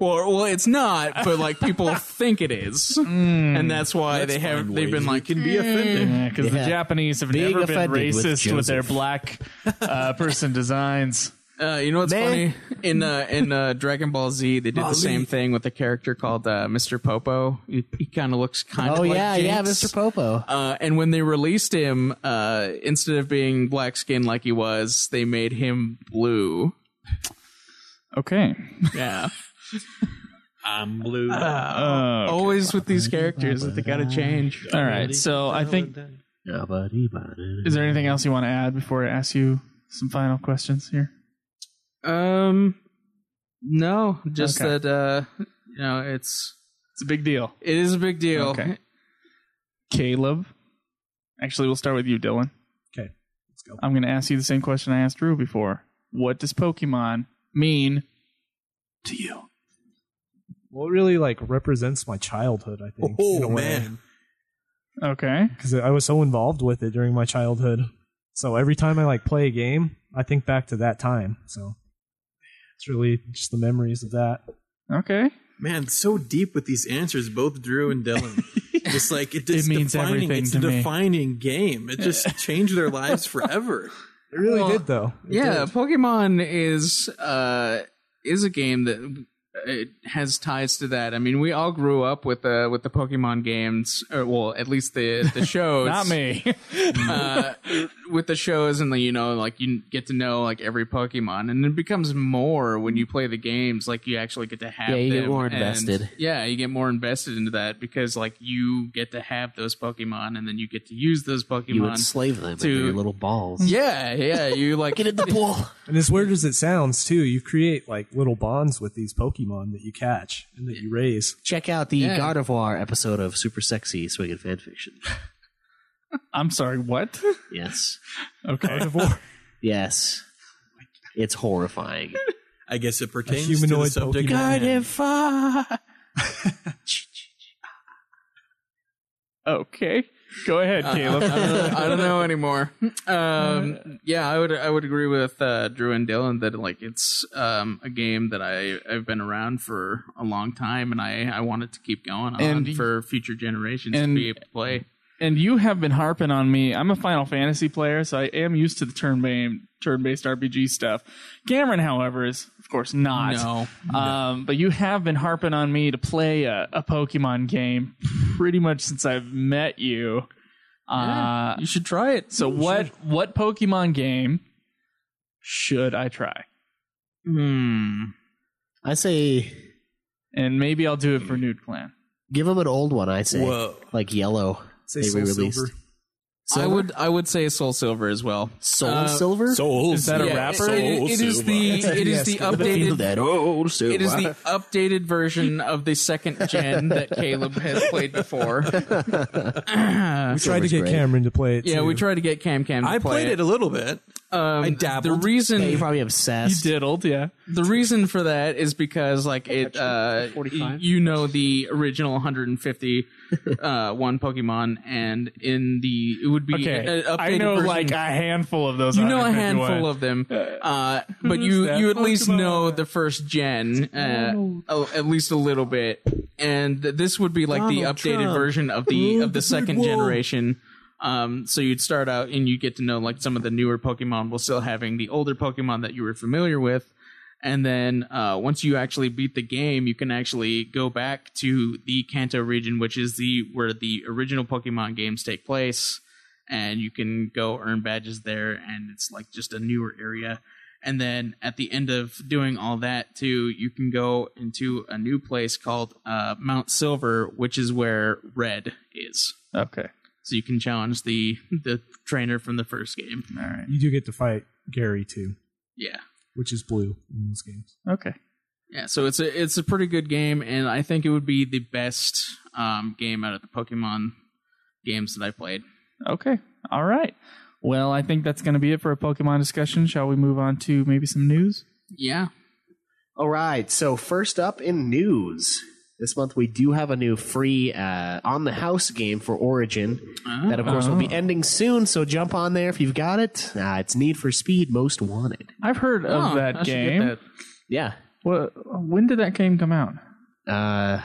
Well, well, it's not, but like people think it is,
Hmm.
and that's why they have they've been like
can be offended. because the Japanese have
Being
never been
offended with
racist with, their
Joseph.
black uh, person designs.
Uh, you know what's
Man.
funny? In uh, in uh, Dragon Ball Z, they did the
Bali.
same thing with a character called uh, Mr. Popo. He, he kind of looks kind of
Oh,
like
yeah, yeah,
Jinx.
Mr. Popo.
Uh, and when they released him, uh, instead of being black skinned like he was, they made him blue.
Okay.
Yeah.
I'm blue.
Uh, Always with these characters that they gotta change.
All right, so I think. Is there anything else you want to add before I ask you some final questions here?
Um, no, just
Okay.
that uh, you know it's
it's a big deal.
It is a big deal.
Okay. Caleb. Actually, we'll start with you, Dylan.
Okay, let's go.
Um,
I'm going to ask you the same question I asked Drew before. What does Pokemon mean to you?
Well, it really like represents my childhood. I think.
Oh, man. Okay.
because I was so involved with it during my childhood. So every time I like play a game, I think back to that time. So it's really just the memories of that.
Okay.
Man, so deep with these answers, both Drew and Dylan. It's like it, it's
means
defining,
everything
It's
to
a
me.
defining game. It just changed their lives forever.
It really
Well,
did, though.
yeah, Pokemon is uh is a game that uh, it has ties to that. I mean, we all grew up with the with the Pokemon games, or well, at least the the shows.
Not me.
uh, with the shows and the you know like you get to know like every Pokemon, and it becomes more when you play the games. Like you actually get to have.
Yeah, you get
them,
more
and-
invested.
yeah, you get more invested into that because like you get to have those Pokemon, and then you get to use those Pokemon.
You enslave them
to
in your little balls.
yeah, yeah. You like get in the pool.
And as weird as it sounds, too, you create like little bonds with these Pokemon that you catch and that you raise.
Check out the
Yeah.
Gardevoir episode of Super Sexy Swinging Fanfiction.
I'm sorry, what?
Yes.
Okay.
Yes. It's horrifying.
I guess it pertains
humanoid
to the subject.
Pokemon.
at hand.
okay. Go ahead, Caleb.
I, don't know, Uh, I don't know anymore. Um, yeah, I would I would agree with uh, Drew and Dylan that like it's um, a game that I I've been around for a long time and I I wanted to keep going on
And-
for future generations
and-
to be able to play.
and you have been harping on me. I'm a Final Fantasy player, so I am used to the turn based turn based RPG stuff. Cameron, however, is of course not.
No,
Um, but you have been harping on me to play a, a Pokemon game pretty much since I've met you. uh, you
should try it.
So what what Pokemon game should I try?
Hmm.
I say
And maybe I'll do it for Nude Clan.
Give them an old one, I say.
Whoa.
Like yellow.
Say
they
Soul
re-released.
Silver.
I would I would say Soul Silver as well.
Soul Silver? Soul
is that a
Silver.
rapper?
Soul
it, it is
Silver.
the
That's a
it is the
fiasco. Feel
updated
that old
It is the
silver.
updated version of the second gen that Caleb has played before.
we tried to
Silver's
get
great.
Cameron to play it.
Yeah,
too.
we tried to get Cam Cam. To
I
play
played it a
little bit.
Um, I dabbled. The reason
Yeah, you're probably obsessed.
You diddled, yeah.
the reason for that is because like it, uh, y- you know, the original 150 uh, one Pokemon, and in the it would be
Okay,
a- a
I
updated
know
version.
like a handful of those.
You know a
151.
handful of them, uh, but
Who's
you
that
you at least
Pokemon?
know the first gen, uh, oh, at least a little bit, and th- this would be like the
Donald
updated
Trump.
version of the
Rule
of
the
the second
big world.
generation. Um, so you'd start out and you get to know like some of the newer Pokemon while still having the older Pokemon that you were familiar with. And then uh, once you actually beat the game, you can actually go back to the Kanto region, which is the where the original Pokemon games take place, and you can go earn badges there. And it's like just a newer area. And then at the end of doing all that too, you can go into a new place called uh, Mount Silver, which is where Red is.
Okay.
So you can challenge the the trainer from the first game.
All right.
You do get to fight Gary too,
Yeah.
which is blue in those games.
Okay.
Yeah, so it's a it's a pretty good game, and I think it would be the best um, game out of the Pokemon games that I played.
Okay. All right. Well, I think that's going to be it for a Pokemon discussion. Shall we move on to maybe some news?
Yeah.
All right. So first up in news, this month we do have a new free uh, on the house game for Origin that, of course, will
Oh.
be ending soon. So jump on there if you've got it. Uh, it's Need for Speed Most Wanted.
I've heard of
Oh, I
that
should get
game.
that. Yeah,
Well, when did that game come out?
Uh,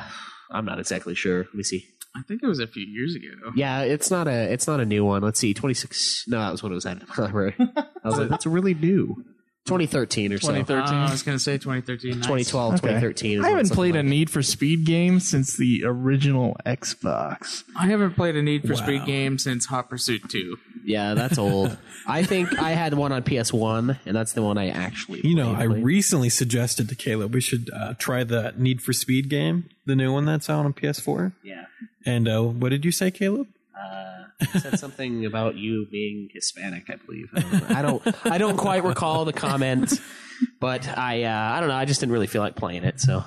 I'm not exactly sure. Let me see.
I think it was a few years ago.
Yeah, it's not a it's not a new one. Let's see, 26. No, that was when it was added to my library. I was like, that's really new. 2013 or so.
Ah, I was gonna say 2013. Nice.
2012,
Okay.
2013. Is
I
when
haven't
something
played
like
a Need for Speed game since the original Xbox.
I haven't played a Need for Speed game since Hot Pursuit 2.
Yeah, that's old. I think I had one on PS1, and that's the one I actually.
You know, I recently suggested to Caleb we should uh, try the Need for Speed game, the new one that's out on PS4.
Yeah.
And uh, what did you say, Caleb?
Uh, said something about you being Hispanic, I believe. I don't, I don't, I don't quite recall the comment, but I, uh, I don't know. I just didn't really feel like playing it, so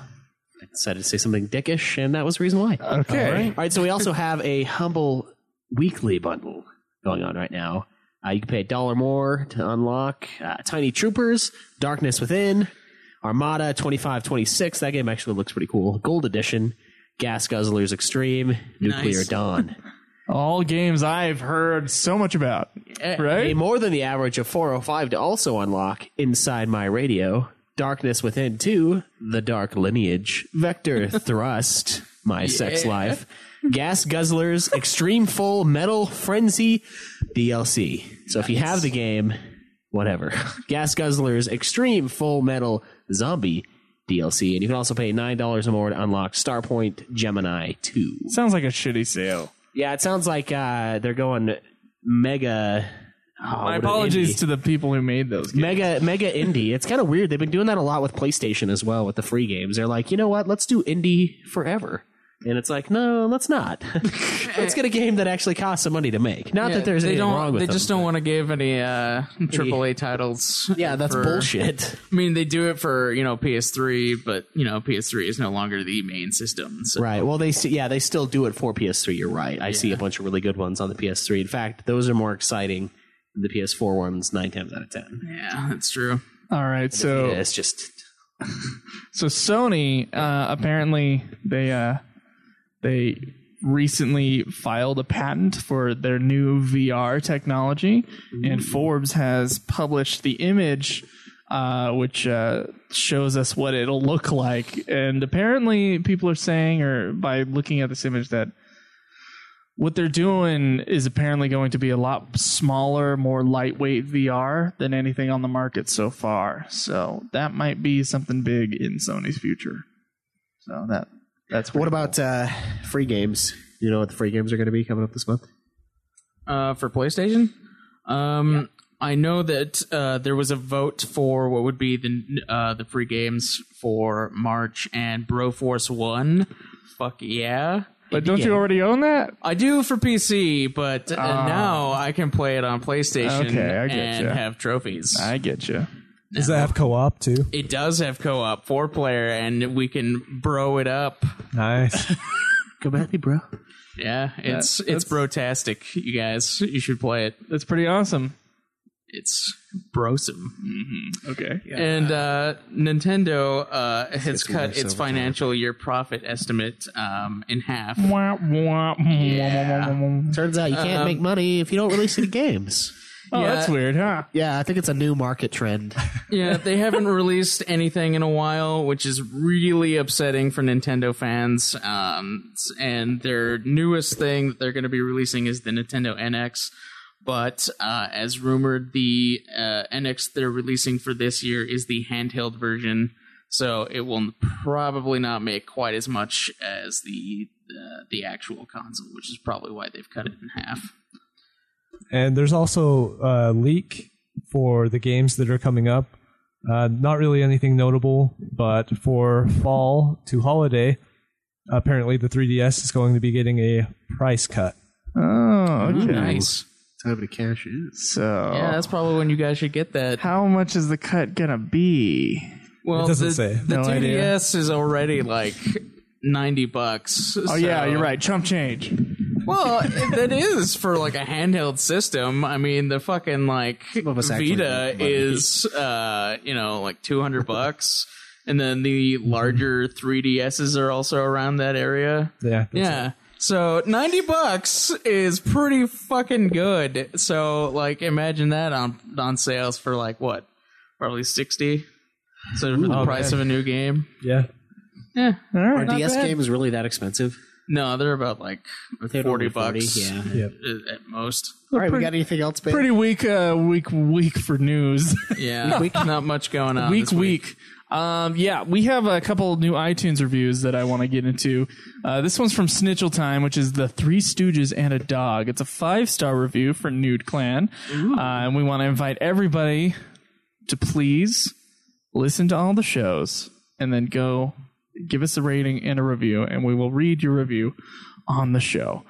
I decided to say something dickish, and that was the reason why.
Okay.
All right. All right, so we also have a humble weekly bundle going on right now. Uh, you can pay a dollar more to unlock uh, Tiny Troopers, Darkness Within, Armada 2526. That game actually looks pretty cool. Gold Edition, Gas Guzzlers Extreme, Nuclear
Nice.
Dawn.
All games I've heard so much about. Right?
Pay more than the average of 405 to also unlock Inside My Radio, Darkness Within 2, The Dark Lineage, Vector Thrust, My Sex
Yeah.
Life, Gas Guzzlers, Extreme Full Metal Frenzy DLC. So if you have the game, whatever. Gas Guzzlers, Extreme Full Metal Zombie DLC. And you can also pay $9 or more to unlock Starpoint Gemini 2.
Sounds like a shitty sale.
Yeah, it sounds like uh, they're going mega. oh,
My
what an
apologies
indie.
to the people who made those. games.
Mega mega indie. It's kind of weird. They've been doing that a lot with PlayStation as well with the free games. They're like, you know what? Let's do indie forever. And it's like, no, let's not. let's get a game that actually costs some money to make. Not
Yeah,
that there's
they
anything
don't,
wrong with
They
them.
just don't want to give any uh, AAA titles.
Yeah, that's
for-
bullshit.
I mean, they do it for you know PS3, but you know PS3 is no longer the main system. So.
Right. Well, they s- yeah they still do it for PS3. You're right. I see a bunch of really good ones on the PS3. In fact, those are more exciting than the PS4 ones nine times out of ten.
Yeah, that's true.
All right, so
Yeah, it's just
so Sony uh, apparently they uh, they recently filed a patent for their new VR technology, and Forbes has published the image. Uh, which uh, shows us what it'll look like, and apparently people are saying, or by looking at this image, that what they're doing is apparently going to be a lot smaller, more lightweight VR than anything on the market so far. So that might be something big in Sony's future. So that that's
what about uh, free games? You know what the free games are going to be coming up this month?
uh, for PlayStation. Um, I know that uh, there was a vote for what would be the uh, the free games for March and Broforce One. Fuck yeah!
But don't you already own that?
I do for PC, but uh,
Ah.
now I can play it on PlayStation
Okay, I get
and
ya.
have trophies.
I get you.
Does that have co-op too?
It does have co-op, four player, and we can bro it up.
Nice.
Come at me, bro.
Yeah, it's
That-
it's brotastic, you guys. You should play it.
That's pretty awesome.
It's brosome.
Mm-hmm. Okay.
And uh, Nintendo uh, has
gets worse
cut its
over time.
financial year profit estimate um, in half.
Wah, wah,
Yeah.
Turns out you can't
Um,
make money if you don't release any games.
Oh,
Yeah.
that's weird, huh?
Yeah, I think it's a new market trend.
Yeah, they haven't released anything in a while, which is really upsetting for Nintendo fans. Um, s- and their newest thing that they're going to be releasing is the Nintendo NX. But uh, as rumored, the uh, NX they're releasing for this year is the handheld version, so it will probably not make quite as much as the uh, the actual console, which is probably why they've cut it in half.
And there's also a leak for the games that are coming up. Uh, not really anything notable, but for fall to holiday, apparently the 3DS is going to be getting a price cut.
Oh, okay.
nice.
Time to cash in.
So
Yeah, that's probably when you guys should get that.
how much is the cut gonna be?
Well,
It doesn't
the,
say.
The
No
2DS
idea.
is already like ninety bucks.
Oh yeah, you're right. Chump change.
Well, that is for like a handheld system. I mean, the fucking like
us actually
Vita
make money.
is uh, you know like two hundred bucks, and then the larger 3DSs are also around that area.
Yeah.
Yeah. So 90 bucks is pretty fucking good. So like imagine that on on sales for like what? Probably 60. So for the
Ooh,
price of
man.
a new game,
yeah.
Yeah,
Are DS games really that expensive?
No, they're about like
They're
forty
only 40,
bucks,
yeah.
at, at most.
All right, we got anything else, babe?
Pretty weak, uh, week week for news.
Yeah, not much going on.
Week,
this
week. Um, yeah, we have a couple new iTunes reviews that I want to get into. Uh, this one's from Snitchel Time, which is the Three Stooges and a Dog. It's a five star review for Nude Clan, uh, and we want to invite everybody to please listen to all the shows and then go give us a rating and a review, and we will read your review on the show.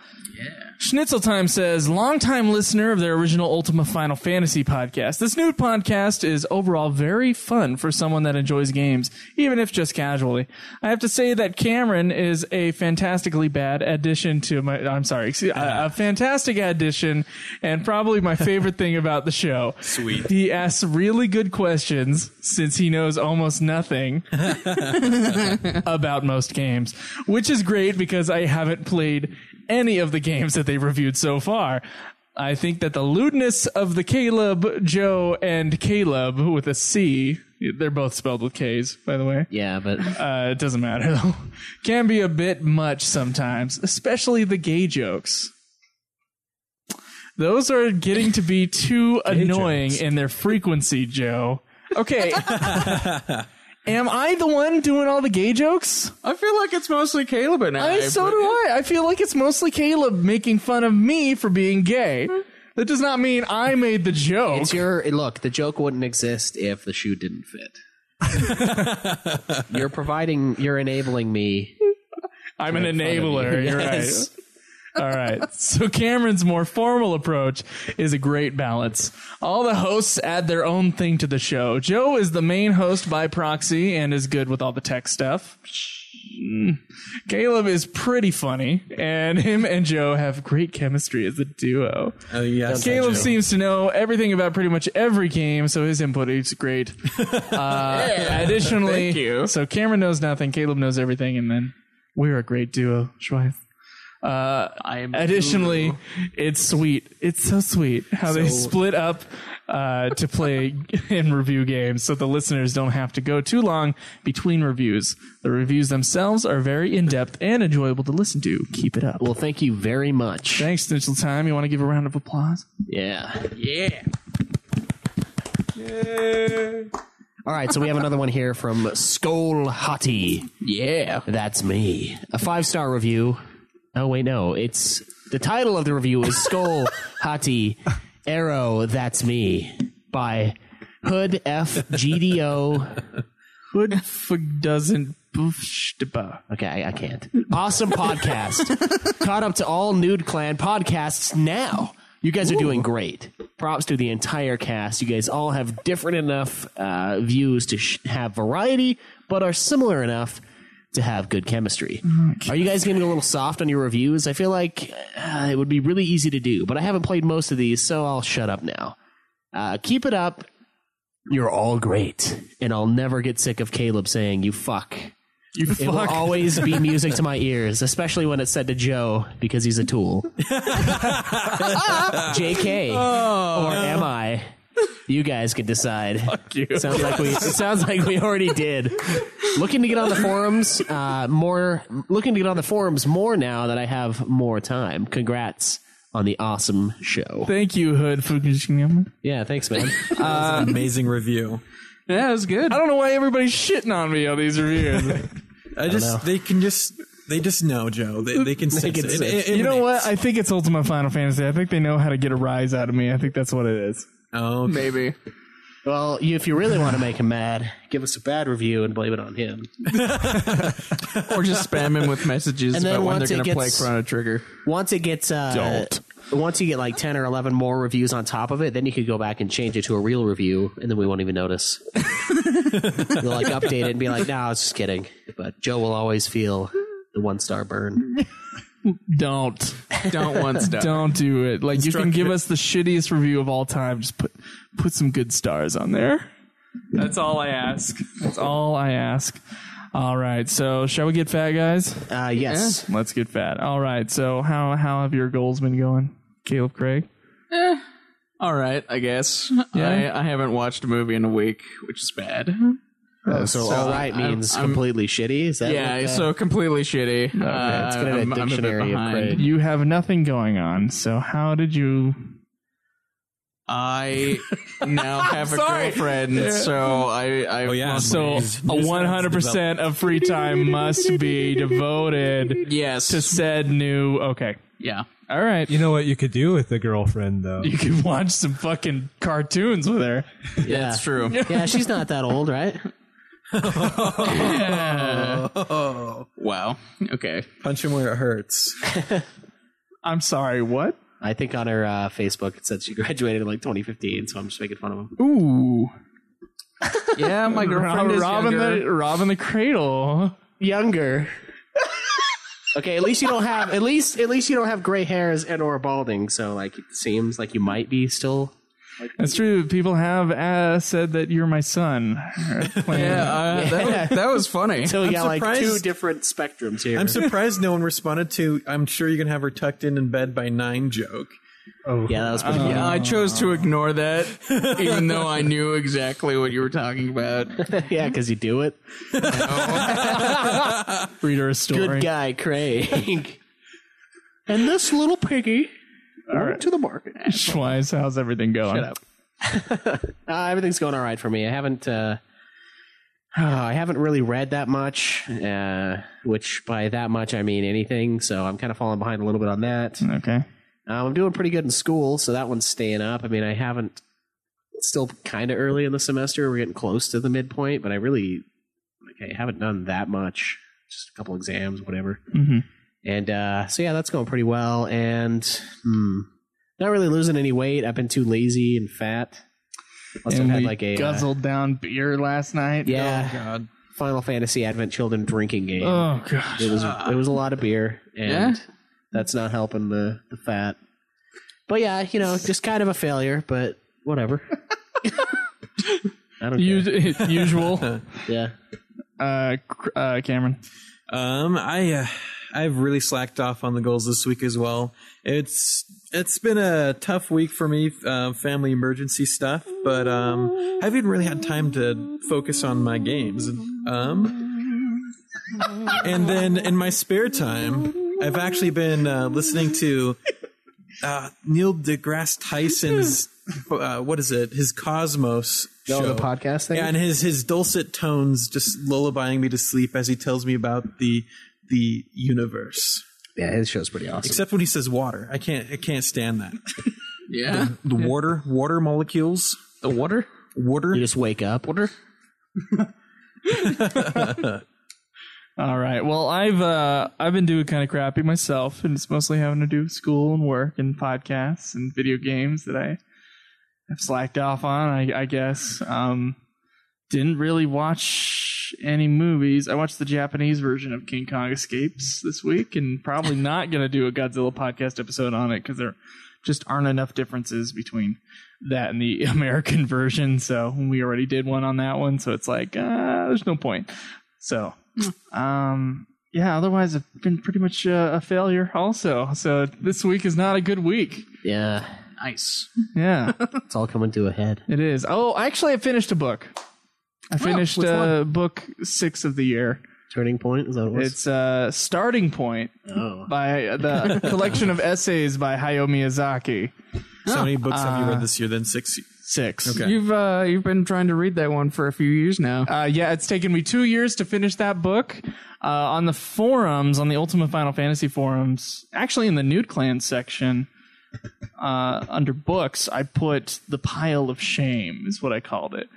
Schnitzel Time says, longtime listener of their original Ultima Final Fantasy podcast. This new podcast is overall very fun for someone that enjoys games, even if just casually. I have to say that Cameron is a fantastically bad addition to my, I'm sorry, excuse, a, a fantastic addition and probably my favorite thing about the show.
Sweet.
He asks really good questions since he knows almost nothing about most games, which is great because I haven't played any of the games that they reviewed so far. I think that the lewdness of the Caleb, Joe, and Caleb with a C, they're both spelled with K's, by the way.
Yeah, but.
Uh, it doesn't matter, though. Can be a bit much sometimes, especially the gay jokes. Those are getting to be too annoying in their frequency, Joe. Okay. Am I the one doing all the gay jokes?
I feel like it's mostly Caleb and I.
I, so
but-
do I. I feel like it's mostly Caleb making fun of me for being gay. That does not mean I made the joke.
It's your look. The joke wouldn't exist if the shoe didn't fit. you're providing. You're enabling me.
I'm an
Make fun of
enabler.
you.
You're
Yes.
right. All right. So Cameron's more formal approach is a great balance. All the hosts add their own thing to the show. Joe is the main host by proxy and is good with all the tech stuff. Mm. Caleb is pretty funny, and him and Joe have great chemistry as a duo.
Oh yes,
Caleb seems to know everything about pretty much every game, so his input is great. Uh, Additionally,
Thank you.
so Cameron knows nothing, Caleb knows everything, and then we're a great duo, Schweith. Uh, I am additionally, it's sweet. It's so sweet how they
So-
split up uh, to play and review games, so the listeners don't have to go too long between reviews. The reviews themselves are very in depth and enjoyable to listen to. Keep it up.
Well, thank you very much.
Thanks, Digital Time. You want to give a round of applause?
Yeah.
Yeah.
All right, so we have another one here from Skol Hottie. Yeah. That's me. A five star review. Oh, wait, no. It's the title of the review is Skol Hottie Arrow That's Me by Hood FGDO.
Hood doesn't boofshtaba.
Okay, I, I can't. Awesome podcast. Caught up to all Nude Clan podcasts now. You guys are doing great. Props to the entire cast. You guys all have different enough uh, views to sh- have variety, but are similar enough to have good chemistry. Are you guys getting a little soft on your reviews? I feel like uh, it would be really easy to do, but I haven't played most of these, so I'll shut up now. Uh, keep it up. You're all great, and I'll never get sick of Caleb saying "you fuck."
You
It will
fuck.
always be music to my ears, especially when it's said to Joe because he's a tool. JK,
Oh.
Oh,
or am I? You guys can decide. Fuck
you.
Sounds like we. It sounds like we already did. Looking to get on the forums uh, more. Looking to get on the forums more now that I have more time. Congrats on the awesome show.
Thank you, Hood Fukushima.
Yeah, thanks, man. Uh,
an amazing review.
Yeah, it was good. I don't know why everybody's shitting on me on these reviews.
I
know.
just they can just they just know Joe. They, they can sense it. It- it-
you know
emanates.
what? I think it's Ultimate Final Fantasy. I think they know how to get a rise out of me. I think that's what it is.
Oh,
maybe.
Well, you, if you really want to make him mad, give us a bad review and blame it on him.
or just spam him with messages
And then
about when they're
once
going
it
to play
gets-
Chrono Trigger.
Once it gets uh,
Don't.
Once you get like ten or eleven more reviews on top of it, then you could go back and change it to a real review, and then we won't even notice. You'll like update it and be like, "No, I was just kidding." But Joe will always feel the one star burn.
Don't.
Don't want stuff.
Don't do it. Like you can
Instruct-
give us the shittiest review of all time. Just put put some good stars on there. That's all I ask. That's all I ask. All right. So shall we get fat, guys?
Uh, yes.
Let's get fat. All right. So how how have your goals been going, Caleb Craig?
All right, I guess.
Yeah.
I, I haven't watched a movie in a week, which is bad.
Uh, so, all right means completely shitty. Is that
yeah,
what, uh,
so completely shitty. Uh,
let's get a
I'm- I'm a bit
dictionary of
behind.
craig.
You have nothing going on, so how did you?
I now have a
Sorry.
girlfriend,
Yeah. Oh,
so I, I
yeah,
must-
so one hundred percent of free time must be devoted.
Yes,
to said new. Okay,
yeah.
All right.
You know what you could do with a girlfriend, though?
You could watch some fucking cartoons with her.
Yeah, that's true.
yeah, she's not that old, right?
Wow. Okay.
Punch him where it hurts.
I'm sorry. What?
I think on her uh, Facebook it said she graduated in like 2015, so I'm just making fun of him.
Ooh.
Yeah, my girlfriend is
Robin the
younger.
Robin the Cradle.
Younger. Okay, at least you don't have at least at least you don't have gray hairs and or balding, so like it seems like you might be still.
That's true. People have uh, said that you're my son.
Yeah, uh, That, was, that was funny.
So
I'm
you got like two
surprised-
different spectrums here.
I'm surprised no one responded to I'm sure you can have her tucked in in bed by nine joke.
Oh. Yeah, that was pretty
Yeah, I chose to ignore that, even though I knew exactly what you were talking about.
yeah, because you do it.
Reader a story.
Good guy, Craig. and this little piggy went to the market.
Schweiz, how's everything going?
Shut up. Uh, everything's going all right for me. I haven't, uh, oh, I haven't really read that much, uh, which by that much I mean anything. So I'm kind of falling behind a little bit on that.
Okay.
Um, I'm doing pretty good in school, so that one's staying up. I mean, I haven't. It's still kind of early in the semester. We're getting close to the midpoint, but I really, like, I haven't done that much. Just a couple exams, whatever.
Mm-hmm.
Mhm.
And uh, so yeah, that's going pretty well. And hmm, not really losing any weight. I've been too lazy and fat. Must
and
have had
we
like a uh,
guzzled down beer last night.
yeah.
Oh, God.
Final Fantasy Advent Children drinking game.
Oh, gosh.
It was it was a lot of beer, and that's not helping the the fat. But yeah, you know, just kind of a failure, but whatever. I don't
Us- usual.
yeah.
Uh, cr- uh, Cameron.
Um, I uh, I've really slacked off on the goals this week as well. It's it's been a tough week for me, uh, family emergency stuff, but um, I haven't really had time to focus on my games. Um, and then in my spare time, I've actually been uh, listening to uh, Neil deGrasse Tyson's uh, what is it? His Cosmos
Oh,
show
the podcast thing?
Yeah, and his his dulcet tones just lullabying me to sleep as he tells me about the the universe.
Yeah, his show's pretty awesome.
Except when he says water, I can't I can't stand that.
Yeah.
The water water molecules,
The water?
water.
You just wake up.
Water?
All right. Well, I've uh, I've been doing kind of crappy myself, and it's mostly having to do with school and work and podcasts and video games that I have slacked off on. I, I guess um, didn't really watch any movies. I watched the Japanese version of King Kong Escapes this week, and probably not going to do a Godzilla podcast episode on it because there just aren't enough differences between that and the American version. So we already did one on that one, so it's like uh, there's no point. So um, yeah, otherwise I've been pretty much uh, a failure also. So this week is not a good week.
Yeah.
Nice.
Yeah,
It's all coming to a head.
it is. Oh, actually, I finished a book. I finished
which one?
uh, book six of the year.
Turning point, is that what it was?
It's uh, Starting Point
oh.
by the collection of essays by Hayao Miyazaki.
So many books have you
Uh,
read this year? Then six.
Six.
Okay.
You've uh, you've been trying to read that one for a few years now.
Uh, yeah, it's taken me two years to finish that book. Uh, on the forums, on the Ultimate Final Fantasy forums, actually in the Nude Clan section, uh, under books, I put the pile of shame is what I called it,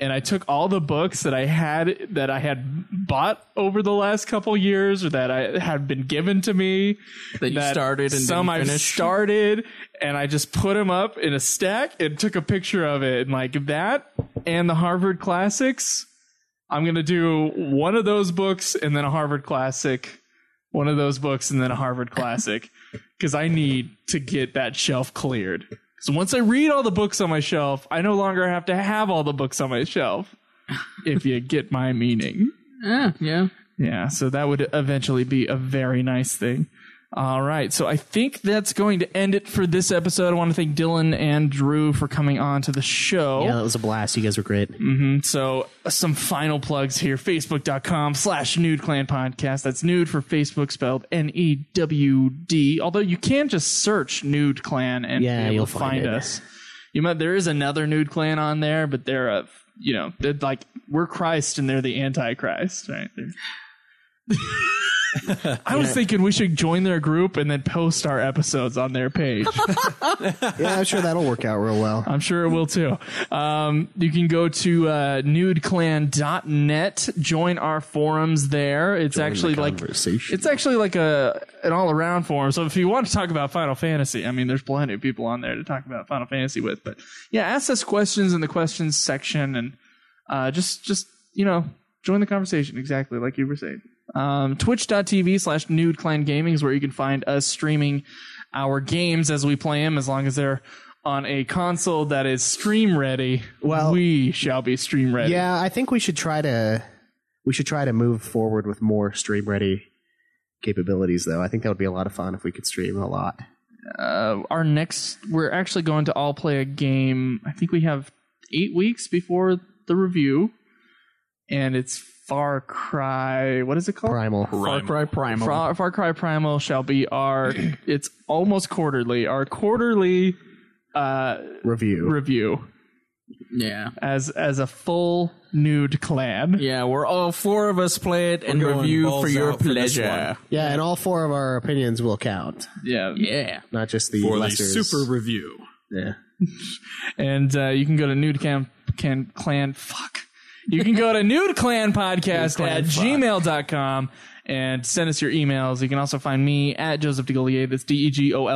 and I took all the books that I had that I had bought over the last couple years, or that I had been given to me,
That you started and
some
didn't
I've
finish.
started, and I just put them up in a stack and took a picture of it, and like that, and the Harvard classics. I'm gonna do one of those books and then a Harvard classic, one of those books and then a Harvard classic, because I need to get that shelf cleared. So once I read all the books on my shelf, I no longer have to have all the books on my shelf. if you get my meaning,
Yeah, yeah.
yeah. So that would eventually be a very nice thing. All right. So I think that's going to end it for this episode. I want to thank Dylan and Drew for coming on to the show.
Yeah, that was a blast. You guys were great.
hmm So uh, some final plugs here. Facebook.com slash nude clan podcast. That's nude for Facebook spelled N-E-W-D. Although you can just search nude clan and
Yeah,
be able
you'll
to
find
find,
it.
us. You might there is another nude clan on there, but they're a you know, they're like we're Christ and they're the antichrist, right? They're- I was
Yeah.
thinking we should join their group and then post our episodes on their page.
Yeah, I'm sure that'll work out real well.
I'm sure it will too. Um, you can go to uh, nudeclan.net, join our forums there. It's actually like it's actually like a an all around forum. So if you want to talk about Final Fantasy, I mean, there's plenty of people on there to talk about Final Fantasy with. But yeah, ask us questions in the questions section, and uh, just just you know join the conversation exactly like you were saying. Um, Twitch.tv slash Nude Clan Gaming is where you can find us streaming our games as we play them, as long as they're on a console that is stream ready. Well, we shall be stream ready.
Yeah, I think we should try to we should try to move forward with more stream ready capabilities though. I think that would be a lot of fun if we could stream a lot.
uh, our next we're actually going to all play a game i think we have eight weeks before the review and it's far cry what is it called
primal
far cry primal far, Far cry primal shall be our it's almost quarterly our quarterly uh
review
review
yeah
as as a full nude clan
yeah we're all four of us play it and review for your pleasure
Yeah, and all four of our opinions will count.
yeah
yeah
Not just the
For the
lessers.
super
review.
Yeah.
and uh, you can go to nude cam can clan fuck you can go to nude clan podcast at gmail.com and send us your emails you can also find me at joseph degollier that's E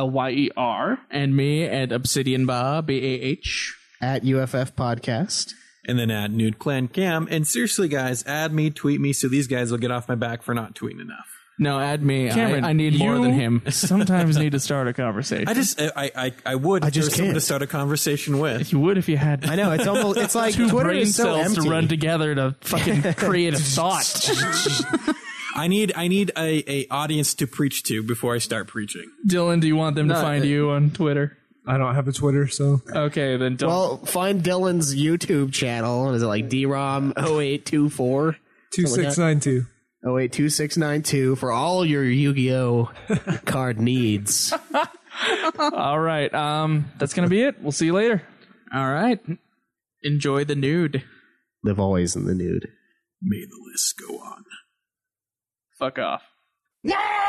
d-e-g-o-l-y-e-r
and me at obsidian bar b-a-h
at uff podcast
and then at nude clan cam and seriously guys add me tweet me so these guys will get off my back for not tweeting enough
no add me I, I need more
you
than him
sometimes need to start a conversation
i just i i, I would
I
if there
just
was someone
can't.
to start a conversation with
you would if you had
I know, it's almost- it's like
two
Twitter
brain
is so
cells to
empty.
run together to fucking create a thought
i need i need a, a audience to preach to before i start preaching
dylan do you want them to
No,
find
uh,
you on twitter
I don't have a Twitter, so
okay then don't
Well, find Dylan's YouTube channel. Is it like DROM 0824?
2692.
082692 for all your Yu-Gi-Oh card needs.
all right um that's gonna be it we'll see you later
all right enjoy the nude
Live always in the nude.
May the list go on.
fuck off
Yeah!